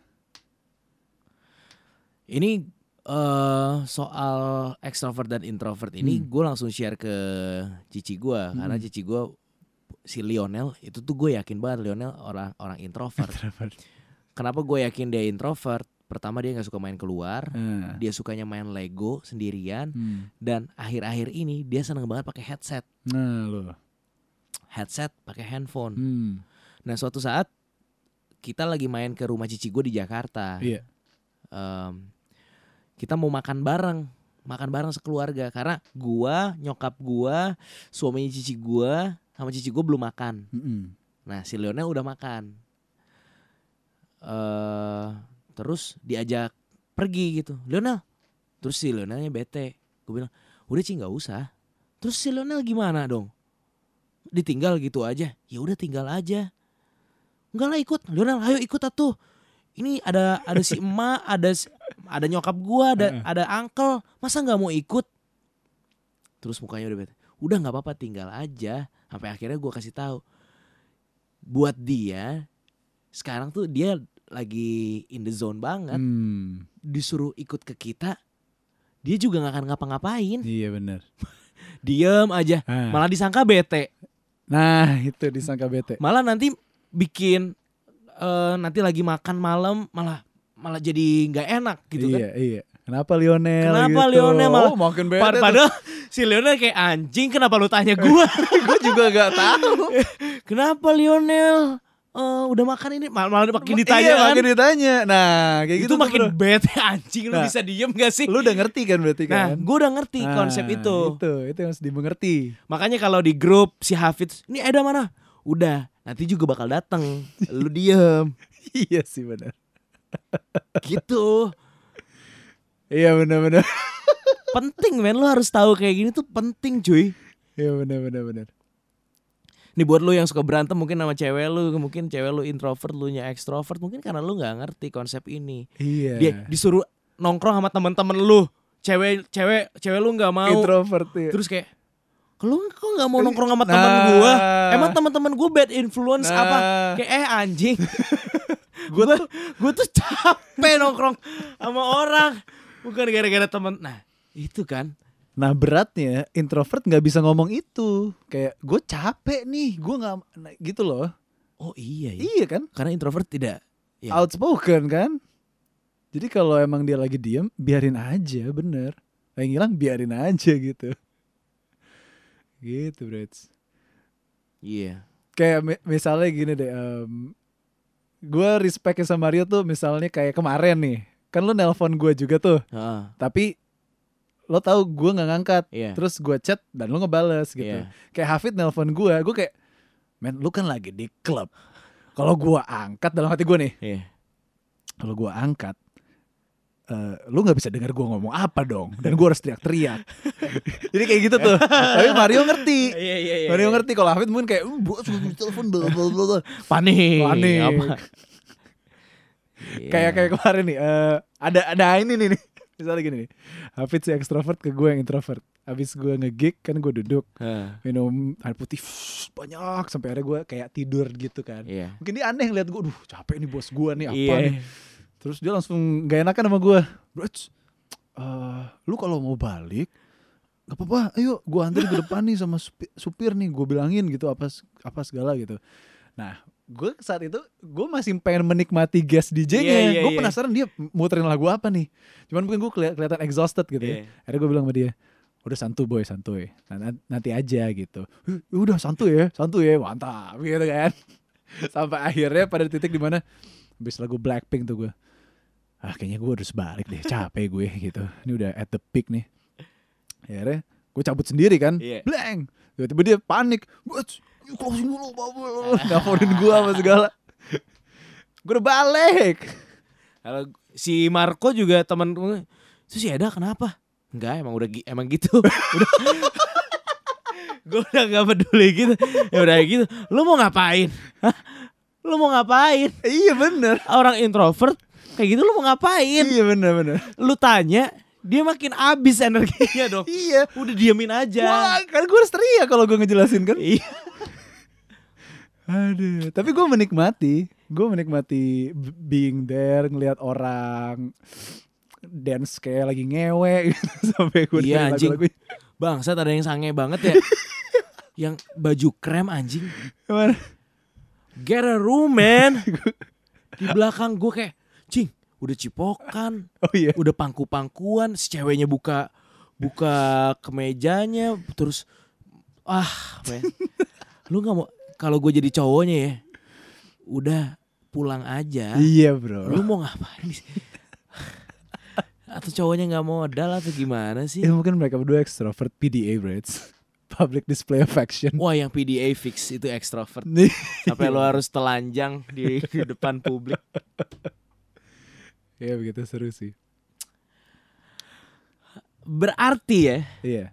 [SPEAKER 2] ini eh, soal extrovert dan introvert ini
[SPEAKER 1] Hmm.
[SPEAKER 2] gue langsung share ke cici gue karena
[SPEAKER 1] Hmm.
[SPEAKER 2] cici gue si Lionel itu tuh gue yakin banget Lionel orang orang introvert. Kenapa gue yakin dia introvert? Pertama dia nggak suka main keluar,
[SPEAKER 1] Ah.
[SPEAKER 2] dia sukanya main Lego sendirian
[SPEAKER 1] Hmm.
[SPEAKER 2] dan akhir-akhir ini dia seneng banget pakai headset,
[SPEAKER 1] Nah lo.
[SPEAKER 2] headset pakai handphone.
[SPEAKER 1] Hmm.
[SPEAKER 2] Nah suatu saat kita lagi main ke rumah cici gue di Jakarta.
[SPEAKER 1] Iya.
[SPEAKER 2] Em, kita mau makan bareng, makan bareng sekeluarga karena gua, nyokap gua, suaminya cici gua sama cici gua belum makan.
[SPEAKER 1] Mm-mm.
[SPEAKER 2] Nah si Lionel udah makan. eh terus diajak pergi gitu, Lionel. Terus si Lionelnya bete. Gue bilang udah Ci nggak usah. Terus si Lionel gimana dong? Ditinggal gitu aja? Ya udah tinggal aja. Enggak lah ikut, Lionel. Ayo ikut atuh. Ini ada ada si emak, ada si- ada nyokap gua, ada ada uncle. Masa nggak mau ikut? Terus mukanya udah bete. Udah nggak apa-apa tinggal aja. Sampai akhirnya gua kasih tahu. Buat dia sekarang tuh dia lagi in the zone banget.
[SPEAKER 1] Hmm.
[SPEAKER 2] Disuruh ikut ke kita, dia juga nggak akan ngapa-ngapain.
[SPEAKER 1] Iya benar.
[SPEAKER 2] Diem aja.
[SPEAKER 1] Ah.
[SPEAKER 2] Malah disangka bete.
[SPEAKER 1] Nah itu disangka bete.
[SPEAKER 2] Malah nanti bikin eh, nanti lagi makan malam malah malah jadi nggak enak gitu kan.
[SPEAKER 1] iya, Iya. Kenapa Lionel?
[SPEAKER 2] Kenapa
[SPEAKER 1] gitu?
[SPEAKER 2] Lionel malah-
[SPEAKER 1] Oh, makin bete.
[SPEAKER 2] Pa-
[SPEAKER 1] tuh.
[SPEAKER 2] padahal si Lionel kayak anjing kenapa lu tanya gua?
[SPEAKER 1] gue juga gak tahu.
[SPEAKER 2] kenapa Lionel eh, udah makan ini Mal- malah makin ditanya
[SPEAKER 1] Iya,
[SPEAKER 2] kan.
[SPEAKER 1] makin ditanya. Nah, kayak
[SPEAKER 2] itu
[SPEAKER 1] gitu tuh,
[SPEAKER 2] makin
[SPEAKER 1] bro.
[SPEAKER 2] bete anjing lu
[SPEAKER 1] Nah.
[SPEAKER 2] bisa diem gak sih?
[SPEAKER 1] Lu udah ngerti kan berarti
[SPEAKER 2] Nah,
[SPEAKER 1] kan?
[SPEAKER 2] gua udah ngerti
[SPEAKER 1] Nah,
[SPEAKER 2] konsep itu.
[SPEAKER 1] Itu, itu yang harus dimengerti.
[SPEAKER 2] Makanya kalau di grup si Hafid, ini ada mana? Udah, nanti juga bakal datang. Lu diem
[SPEAKER 1] iya sih benar.
[SPEAKER 2] gitu.
[SPEAKER 1] Iya benar-benar.
[SPEAKER 2] penting men lo harus tahu kayak gini tuh penting cuy
[SPEAKER 1] Iya benar-benar benar.
[SPEAKER 2] nih buat lo yang suka berantem mungkin sama cewek lu mungkin cewek lu introvert lu nya ekstrovert mungkin karena lu nggak ngerti konsep ini
[SPEAKER 1] Iya.
[SPEAKER 2] dia disuruh nongkrong sama teman-teman lu cewek cewek cewek lu nggak mau
[SPEAKER 1] Introvert ya.
[SPEAKER 2] terus kayak lu kok nggak mau nongkrong sama
[SPEAKER 1] Nah.
[SPEAKER 2] teman gua emang teman-teman gua bad influence
[SPEAKER 1] Nah.
[SPEAKER 2] apa kayak eh anjing gua tuh gua tuh capek nongkrong sama orang bukan gara-gara teman nah itu kan
[SPEAKER 1] Nah beratnya introvert nggak bisa ngomong itu. Kayak gue capek nih, gue nggak nah, gitu loh.
[SPEAKER 2] oh iya ya
[SPEAKER 1] Iya kan?
[SPEAKER 2] karena introvert tidak Ya.
[SPEAKER 1] Outspoken kan? Jadi kalau emang dia lagi diem, biarin aja, bener. Yang hilang biarin aja gitu. Gitu, Brits.
[SPEAKER 2] Iya.
[SPEAKER 1] Kayak mi- misalnya gini deh, gue respect sama Mario tuh misalnya kayak kemarin nih. Kan lu nelpon gue juga tuh,
[SPEAKER 2] Heeh.
[SPEAKER 1] tapi lo tahu gue nggak ngangkat.
[SPEAKER 2] Iya.
[SPEAKER 1] Terus gue chat dan lo ngebales gitu.
[SPEAKER 2] Iya.
[SPEAKER 1] kayak Hafid nelpon gue, gue kayak, men lu kan lagi di klub. Kalau gue angkat dalam hati gue nih,
[SPEAKER 2] Iya.
[SPEAKER 1] kalau gue angkat, eh, lu nggak bisa dengar gue ngomong apa dong, dan gue harus teriak-teriak. Jadi kayak gitu tuh. Tapi Mario ngerti.
[SPEAKER 2] Iya iya iya.
[SPEAKER 1] Mario ngerti kalau Hafid mungkin kayak, "Uh, gua suka di telepon bla bla bla. bla."
[SPEAKER 2] Panik.
[SPEAKER 1] Panik.
[SPEAKER 2] Apa? Iya.
[SPEAKER 1] Kayak kayak kemarin nih, eh, ada ada ini nih nih. Misalnya gini nih, Hafid si ekstrovert ke gue yang introvert. Abis gue nge-gig kan gue duduk
[SPEAKER 2] Heeh.
[SPEAKER 1] minum air putih banyak sampai akhirnya gue kayak tidur gitu kan.
[SPEAKER 2] Iya.
[SPEAKER 1] Mungkin dia aneh ngeliat gue, duh capek nih bos gue nih apa
[SPEAKER 2] Iya.
[SPEAKER 1] nih. Terus dia langsung gak enakan sama gue. Bro, eh, lu kalau mau balik, gak apa-apa, ayo gue antar ke depan nih sama supi- supir, nih. Gue bilangin gitu apa apa segala gitu. Nah, gue saat itu gue masih pengen menikmati guest
[SPEAKER 2] Iya,
[SPEAKER 1] DJ-nya.
[SPEAKER 2] iya,
[SPEAKER 1] gue
[SPEAKER 2] iya.
[SPEAKER 1] penasaran dia muterin lagu apa nih. Cuman mungkin gue keli- kelihatan exhausted gitu ya.
[SPEAKER 2] Iya.
[SPEAKER 1] Akhirnya gue bilang sama dia, udah santuy boy santuy, Nan- nanti aja gitu. "Huh, ya Udah santuy ya, santuy ya, mantap gitu kan. Sampai akhirnya pada titik dimana habis lagu Blackpink tuh gue, ah kayaknya gue harus balik deh, capek gue gitu. Ini udah at the peak nih. Akhirnya gue cabut sendiri kan,
[SPEAKER 2] Iya.
[SPEAKER 1] blank. Tiba-tiba dia panik, "Bos, yuk closing dulu, babel. Nelfonin gue sama segala. Gue udah balik.
[SPEAKER 2] Kalau si Marco juga teman Terus si Eda kenapa? Enggak, emang udah gi- emang gitu. udah. Gue udah gak peduli gitu. Ya udah gitu. Lu mau ngapain? Hah? Lu mau ngapain?
[SPEAKER 1] Iya bener,
[SPEAKER 2] Orang introvert kayak gitu lu mau ngapain?
[SPEAKER 1] iya bener-bener.
[SPEAKER 2] Lu tanya, dia makin habis energinya dong.
[SPEAKER 1] Iya,
[SPEAKER 2] Udah diamin aja.
[SPEAKER 1] Wah, kan gue harus teriak kalau gue ngejelasin kan.
[SPEAKER 2] Iya.
[SPEAKER 1] Aduh, tapi gue menikmati, gue menikmati b- being there, ngelihat orang dance kayak lagi ngewe gitu sampai gue
[SPEAKER 2] Iya,
[SPEAKER 1] dengerin
[SPEAKER 2] anjing.
[SPEAKER 1] lagu-lagunya.
[SPEAKER 2] Bangsat ada yang sange banget ya. yang baju krem anjing.
[SPEAKER 1] Cuman,
[SPEAKER 2] Get a room man. Di belakang gue kayak, cing udah cipokan,
[SPEAKER 1] oh iya
[SPEAKER 2] udah pangku-pangkuan, si ceweknya buka buka kemejanya, terus ah men. Lu nggak mau kalau gue jadi cowoknya ya, udah pulang aja.
[SPEAKER 1] iya bro
[SPEAKER 2] Lu mau ngapain sih? atau cowoknya nggak modal atau gimana sih?
[SPEAKER 1] ya mungkin mereka berdua extrovert PDA bro it's public display of affection
[SPEAKER 2] Wah yang PDA fix itu ekstrovert
[SPEAKER 1] Nih,
[SPEAKER 2] Sampai lo harus telanjang di depan publik
[SPEAKER 1] ya begitu seru sih
[SPEAKER 2] Berarti ya
[SPEAKER 1] iya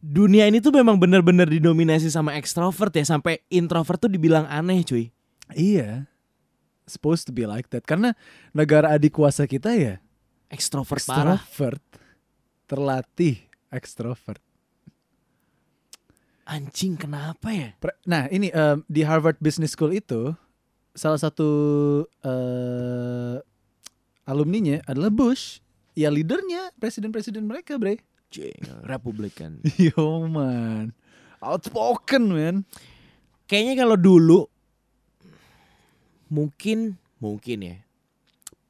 [SPEAKER 2] Dunia ini tuh memang bener-bener didominasi sama ekstrovert ya Sampai introvert tuh dibilang aneh cuy
[SPEAKER 1] iya supposed to be like that karena negara adik kuasa kita ya
[SPEAKER 2] Ekstrovert parah
[SPEAKER 1] extrovert terlatih extrovert
[SPEAKER 2] Anjing kenapa ya
[SPEAKER 1] Pre- Nah ini em, di Harvard Business School itu salah satu eh alumninya adalah Bush. Ya leadernya presiden-presiden mereka bre.
[SPEAKER 2] Cuy Republikan
[SPEAKER 1] Yo man, outspoken man.
[SPEAKER 2] Kayaknya kalau dulu Mungkin Mungkin ya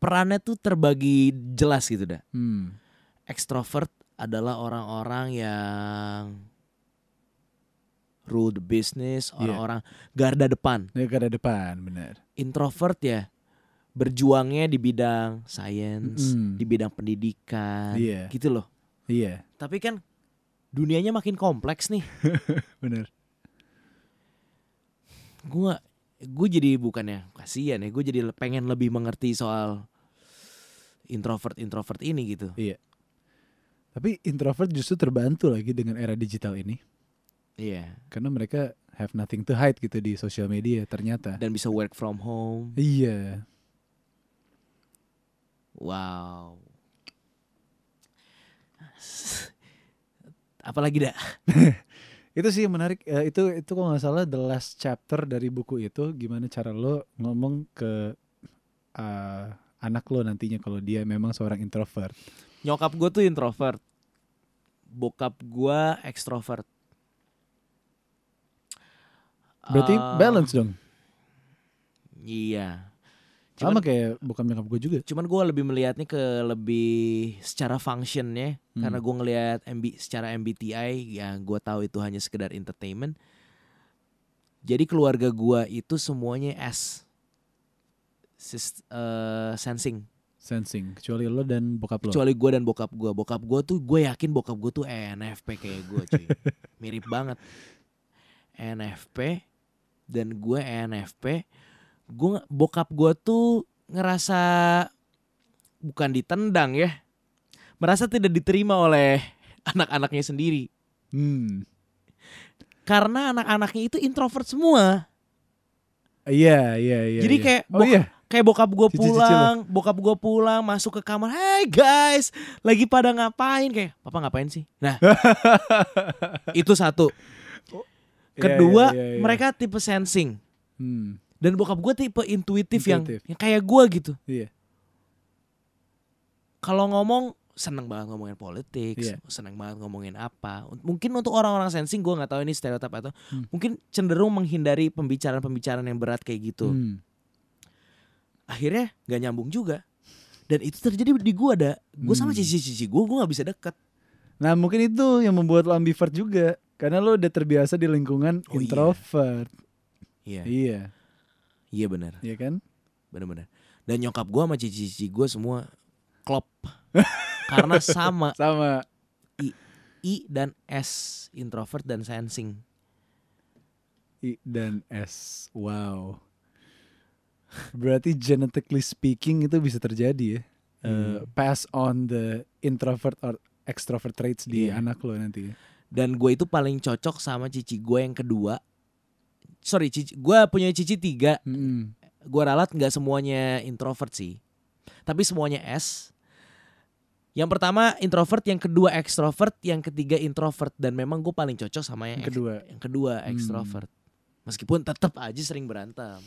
[SPEAKER 2] Perannya tuh terbagi jelas gitu dah
[SPEAKER 1] Hmm.
[SPEAKER 2] Ekstrovert adalah orang-orang yang rule the business,
[SPEAKER 1] Iya.
[SPEAKER 2] orang-orang garda depan.
[SPEAKER 1] Negara depan benar.
[SPEAKER 2] Introvert ya berjuangnya di bidang science,
[SPEAKER 1] Mm-mm.
[SPEAKER 2] di bidang pendidikan,
[SPEAKER 1] Iya.
[SPEAKER 2] gitu loh.
[SPEAKER 1] Iya
[SPEAKER 2] Tapi kan dunianya makin kompleks nih.
[SPEAKER 1] benar.
[SPEAKER 2] Gua gue jadi bukannya kasihan ya, gue jadi le- pengen lebih mengerti soal introvert introvert ini gitu.
[SPEAKER 1] Tapi introvert justru terbantu lagi dengan era digital ini
[SPEAKER 2] Iya.
[SPEAKER 1] karena mereka have nothing to hide gitu di sosial media ternyata.
[SPEAKER 2] Dan bisa work from home.
[SPEAKER 1] Iya.
[SPEAKER 2] Wow. Apalagi dah.
[SPEAKER 1] Itu sih yang menarik. Eh, itu itu kalau nggak salah the last chapter dari buku itu gimana cara lo ngomong ke eh, anak lo nantinya kalau dia memang seorang introvert.
[SPEAKER 2] Nyokap gue tuh introvert. Bokap gue ekstrovert.
[SPEAKER 1] Berarti
[SPEAKER 2] Eh,
[SPEAKER 1] balance dong.
[SPEAKER 2] Iya.
[SPEAKER 1] Sama
[SPEAKER 2] Cuman,
[SPEAKER 1] kayak bukan nyokap gue juga.
[SPEAKER 2] cuman gue lebih melihatnya ke lebih secara functionnya.
[SPEAKER 1] Hmm.
[SPEAKER 2] Karena gue ngelihat MB, secara MBTI ya gue tahu itu hanya sekedar entertainment. Jadi keluarga gue itu semuanya S. Sis- eh, sensing.
[SPEAKER 1] Sensing. Kecuali lo dan bokap lo.
[SPEAKER 2] kecuali gue dan bokap gue bokap gue tuh gue yakin bokap gue tuh ENFP kayak gue cuy mirip banget ENFP dan gue ENFP gue bokap gue tuh ngerasa bukan ditendang ya merasa tidak diterima oleh anak-anaknya sendiri
[SPEAKER 1] Hmm.
[SPEAKER 2] karena anak-anaknya itu introvert semua
[SPEAKER 1] Iya, iya, iya.
[SPEAKER 2] Jadi
[SPEAKER 1] iya.
[SPEAKER 2] kayak
[SPEAKER 1] Oh
[SPEAKER 2] bokap-
[SPEAKER 1] iya.
[SPEAKER 2] kayak bokap gue
[SPEAKER 1] Cicil-cicil ya?
[SPEAKER 2] pulang bokap gue pulang masuk ke kamar hey guys lagi pada ngapain kayak papa ngapain sih nah itu satu
[SPEAKER 1] Iya,
[SPEAKER 2] Kedua,
[SPEAKER 1] iya, iya, iya.
[SPEAKER 2] mereka tipe sensing
[SPEAKER 1] Hmm.
[SPEAKER 2] dan bokap gue tipe intuitif, yang,
[SPEAKER 1] Intuitif.
[SPEAKER 2] yang kayak gue gitu.
[SPEAKER 1] Iya.
[SPEAKER 2] Kalau ngomong seneng banget ngomongin politik,
[SPEAKER 1] Iya.
[SPEAKER 2] seneng banget ngomongin apa. Unt- Mungkin untuk orang-orang sensing gue nggak tahu ini stereotip atau
[SPEAKER 1] Hmm.
[SPEAKER 2] mungkin cenderung menghindari pembicaraan-pembicaraan yang berat kayak gitu.
[SPEAKER 1] Hmm.
[SPEAKER 2] Akhirnya nggak nyambung juga. Dan itu terjadi di gue ada. Gue sama
[SPEAKER 1] Hmm.
[SPEAKER 2] cici-cici gue, gue nggak bisa deket.
[SPEAKER 1] Nah, mungkin itu yang membuat lo ambivert juga. Karena lo udah terbiasa di lingkungan
[SPEAKER 2] Oh, iya.
[SPEAKER 1] introvert.
[SPEAKER 2] Iya,
[SPEAKER 1] Iya,
[SPEAKER 2] iya benar,
[SPEAKER 1] iya kan?
[SPEAKER 2] benar-benar. Dan nyokap gue sama cici-cici gue semua klop karena sama
[SPEAKER 1] Sama.
[SPEAKER 2] I dan S introvert dan sensing.
[SPEAKER 1] I dan S. Wow. Berarti genetically speaking itu bisa terjadi ya. Eh,
[SPEAKER 2] Hmm.
[SPEAKER 1] pass on the introvert or extrovert traits di
[SPEAKER 2] Iya.
[SPEAKER 1] anak lo nanti. ya?
[SPEAKER 2] Dan gue itu paling cocok sama cici gue yang kedua. Sorry, cici, gue punya cici tiga.
[SPEAKER 1] Mm-mm.
[SPEAKER 2] Gue ralat nggak semuanya introvert sih, tapi semuanya S. Yang pertama introvert, yang kedua ekstrovert, yang ketiga introvert. Dan memang gue paling cocok sama yang
[SPEAKER 1] Yang kedua.
[SPEAKER 2] ek- yang kedua
[SPEAKER 1] Hmm.
[SPEAKER 2] ekstrovert. Meskipun tetap aja sering berantem.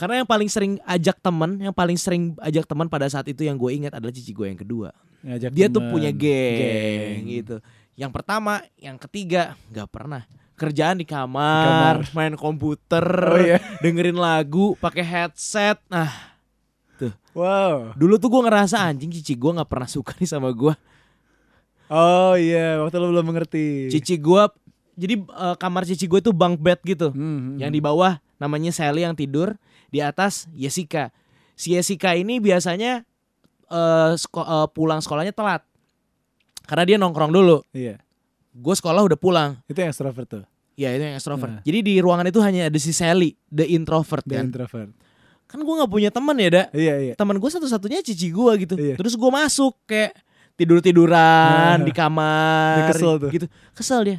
[SPEAKER 2] Karena yang paling sering ajak teman, yang paling sering ajak teman pada saat itu yang gue ingat adalah cici gue yang kedua.
[SPEAKER 1] Ngajak
[SPEAKER 2] Dia tuh
[SPEAKER 1] temen.
[SPEAKER 2] punya geng,
[SPEAKER 1] Geng.
[SPEAKER 2] gitu. Yang pertama, yang ketiga nggak pernah kerjaan di
[SPEAKER 1] kamar.
[SPEAKER 2] kamar, main komputer,
[SPEAKER 1] Oh iya.
[SPEAKER 2] dengerin lagu, pakai headset. Nah,
[SPEAKER 1] Wow.
[SPEAKER 2] dulu tuh gue ngerasa anjing cici gue nggak pernah suka nih sama gue.
[SPEAKER 1] Oh iya, waktu lu belum mengerti.
[SPEAKER 2] Cici gue, jadi eh, kamar cici gue tuh bunk bed gitu.
[SPEAKER 1] Hmm, hmm.
[SPEAKER 2] Yang di bawah namanya Sally yang tidur, di atas Jessica. Si Jessica ini biasanya eh, seko- eh, pulang sekolahnya telat. Karena dia nongkrong dulu.
[SPEAKER 1] Iya.
[SPEAKER 2] Gue sekolah udah pulang.
[SPEAKER 1] Itu yang extrovert tuh,
[SPEAKER 2] Ya itu yang extrovert.
[SPEAKER 1] Nah.
[SPEAKER 2] Jadi di ruangan itu hanya ada si Sally, the introvert
[SPEAKER 1] dia
[SPEAKER 2] kan.
[SPEAKER 1] introvert.
[SPEAKER 2] Kan gue nggak punya teman ya, Da.
[SPEAKER 1] Iya, iya.
[SPEAKER 2] Teman gue satu-satunya cici gue gitu.
[SPEAKER 1] Iya.
[SPEAKER 2] Terus gue masuk kayak
[SPEAKER 1] Nah.
[SPEAKER 2] tidur-tiduran di kamar.
[SPEAKER 1] Dia kesel tuh.
[SPEAKER 2] Gitu. Kesel dia.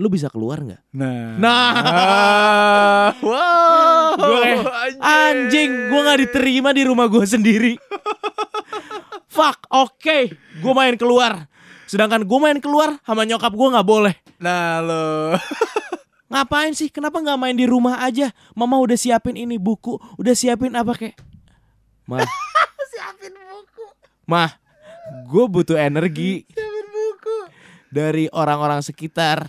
[SPEAKER 2] Lu bisa keluar nggak?
[SPEAKER 1] Nah.
[SPEAKER 2] Nah.
[SPEAKER 1] Ah, wow.
[SPEAKER 2] Gua kayak, Anjing, gue nggak diterima di rumah gue sendiri. Fuck, oke, gue main keluar. Sedangkan gue main keluar sama nyokap gue nggak boleh.
[SPEAKER 1] Nah, lo.
[SPEAKER 2] Ngapain sih? Kenapa nggak main di rumah aja? Mama udah siapin ini buku, udah siapin apa kek? Mah,
[SPEAKER 1] Siapin buku.
[SPEAKER 2] mah, gue butuh energi
[SPEAKER 1] Siapin buku.
[SPEAKER 2] dari orang-orang sekitar.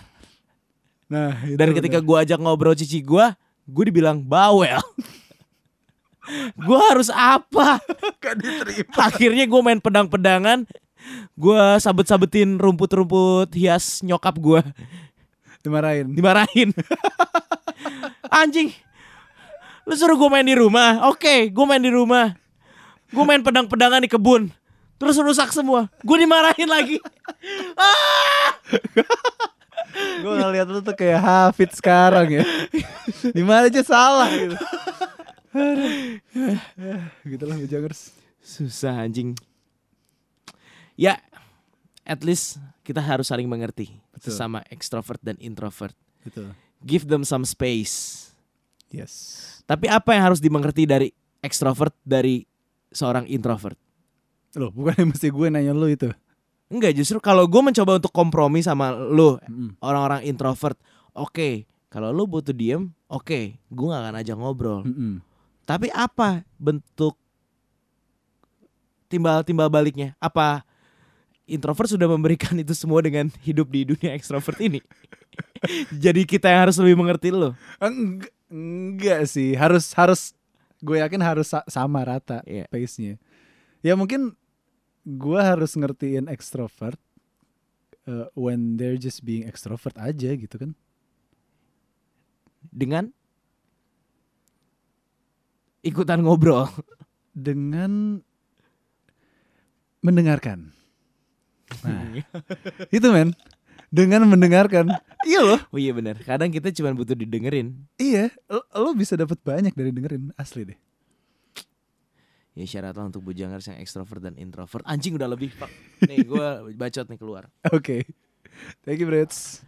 [SPEAKER 1] Nah, itu
[SPEAKER 2] Dan ketika gue ajak ngobrol cici gue, gue dibilang bawel. gue harus apa?
[SPEAKER 1] gak diterima.
[SPEAKER 2] akhirnya gue main pedang-pedangan gue sabet-sabetin rumput-rumput hias nyokap gue
[SPEAKER 1] Dimarahin.
[SPEAKER 2] dimarahin anjing lu suruh gue main di rumah oke gue main di rumah gue main pedang-pedangan di kebun terus rusak semua gue dimarahin lagi
[SPEAKER 1] gue ngeliat lu tuh kayak Hafid sekarang ya di mana aja salah gitu Aduh. Eh, gitu lah bujangers
[SPEAKER 2] susah anjing ya at least kita harus saling mengerti
[SPEAKER 1] Betul.
[SPEAKER 2] sesama extrovert dan introvert
[SPEAKER 1] betul
[SPEAKER 2] give them some space
[SPEAKER 1] yes
[SPEAKER 2] Tapi apa yang harus dimengerti dari ekstrovert dari seorang introvert?
[SPEAKER 1] loh bukan yang mesti gue nanya lu itu
[SPEAKER 2] Enggak, justru kalau gue mencoba untuk kompromi sama lo
[SPEAKER 1] Mm.
[SPEAKER 2] orang-orang introvert, oke. Kalau lo butuh diem, oke, gue gak akan ajak ngobrol.
[SPEAKER 1] Mm-mm.
[SPEAKER 2] Tapi apa bentuk timbal-timbal baliknya? Apa introvert sudah memberikan itu semua dengan hidup di dunia ekstrovert ini? Jadi kita yang harus lebih mengerti lo.
[SPEAKER 1] Eh, Engg- enggak sih harus harus gue yakin harus sa- sama rata
[SPEAKER 2] Iya.
[SPEAKER 1] pace nya ya mungkin gue harus ngertiin extrovert uh, when they're just being extrovert aja gitu kan
[SPEAKER 2] Dengan ikutan ngobrol.
[SPEAKER 1] dengan mendengarkan. Itu men, dengan mendengarkan. iya loh.
[SPEAKER 2] Oh iya benar. Kadang kita cuma butuh didengerin.
[SPEAKER 1] Iya, lo, lo bisa dapat banyak dari dengerin asli deh.
[SPEAKER 2] Ya syaratlah untuk bujangers yang ekstrovert dan introvert. Anjing udah lebih. Pak. Nih gue bacot nih keluar.
[SPEAKER 1] Oke. Thank you, Brits.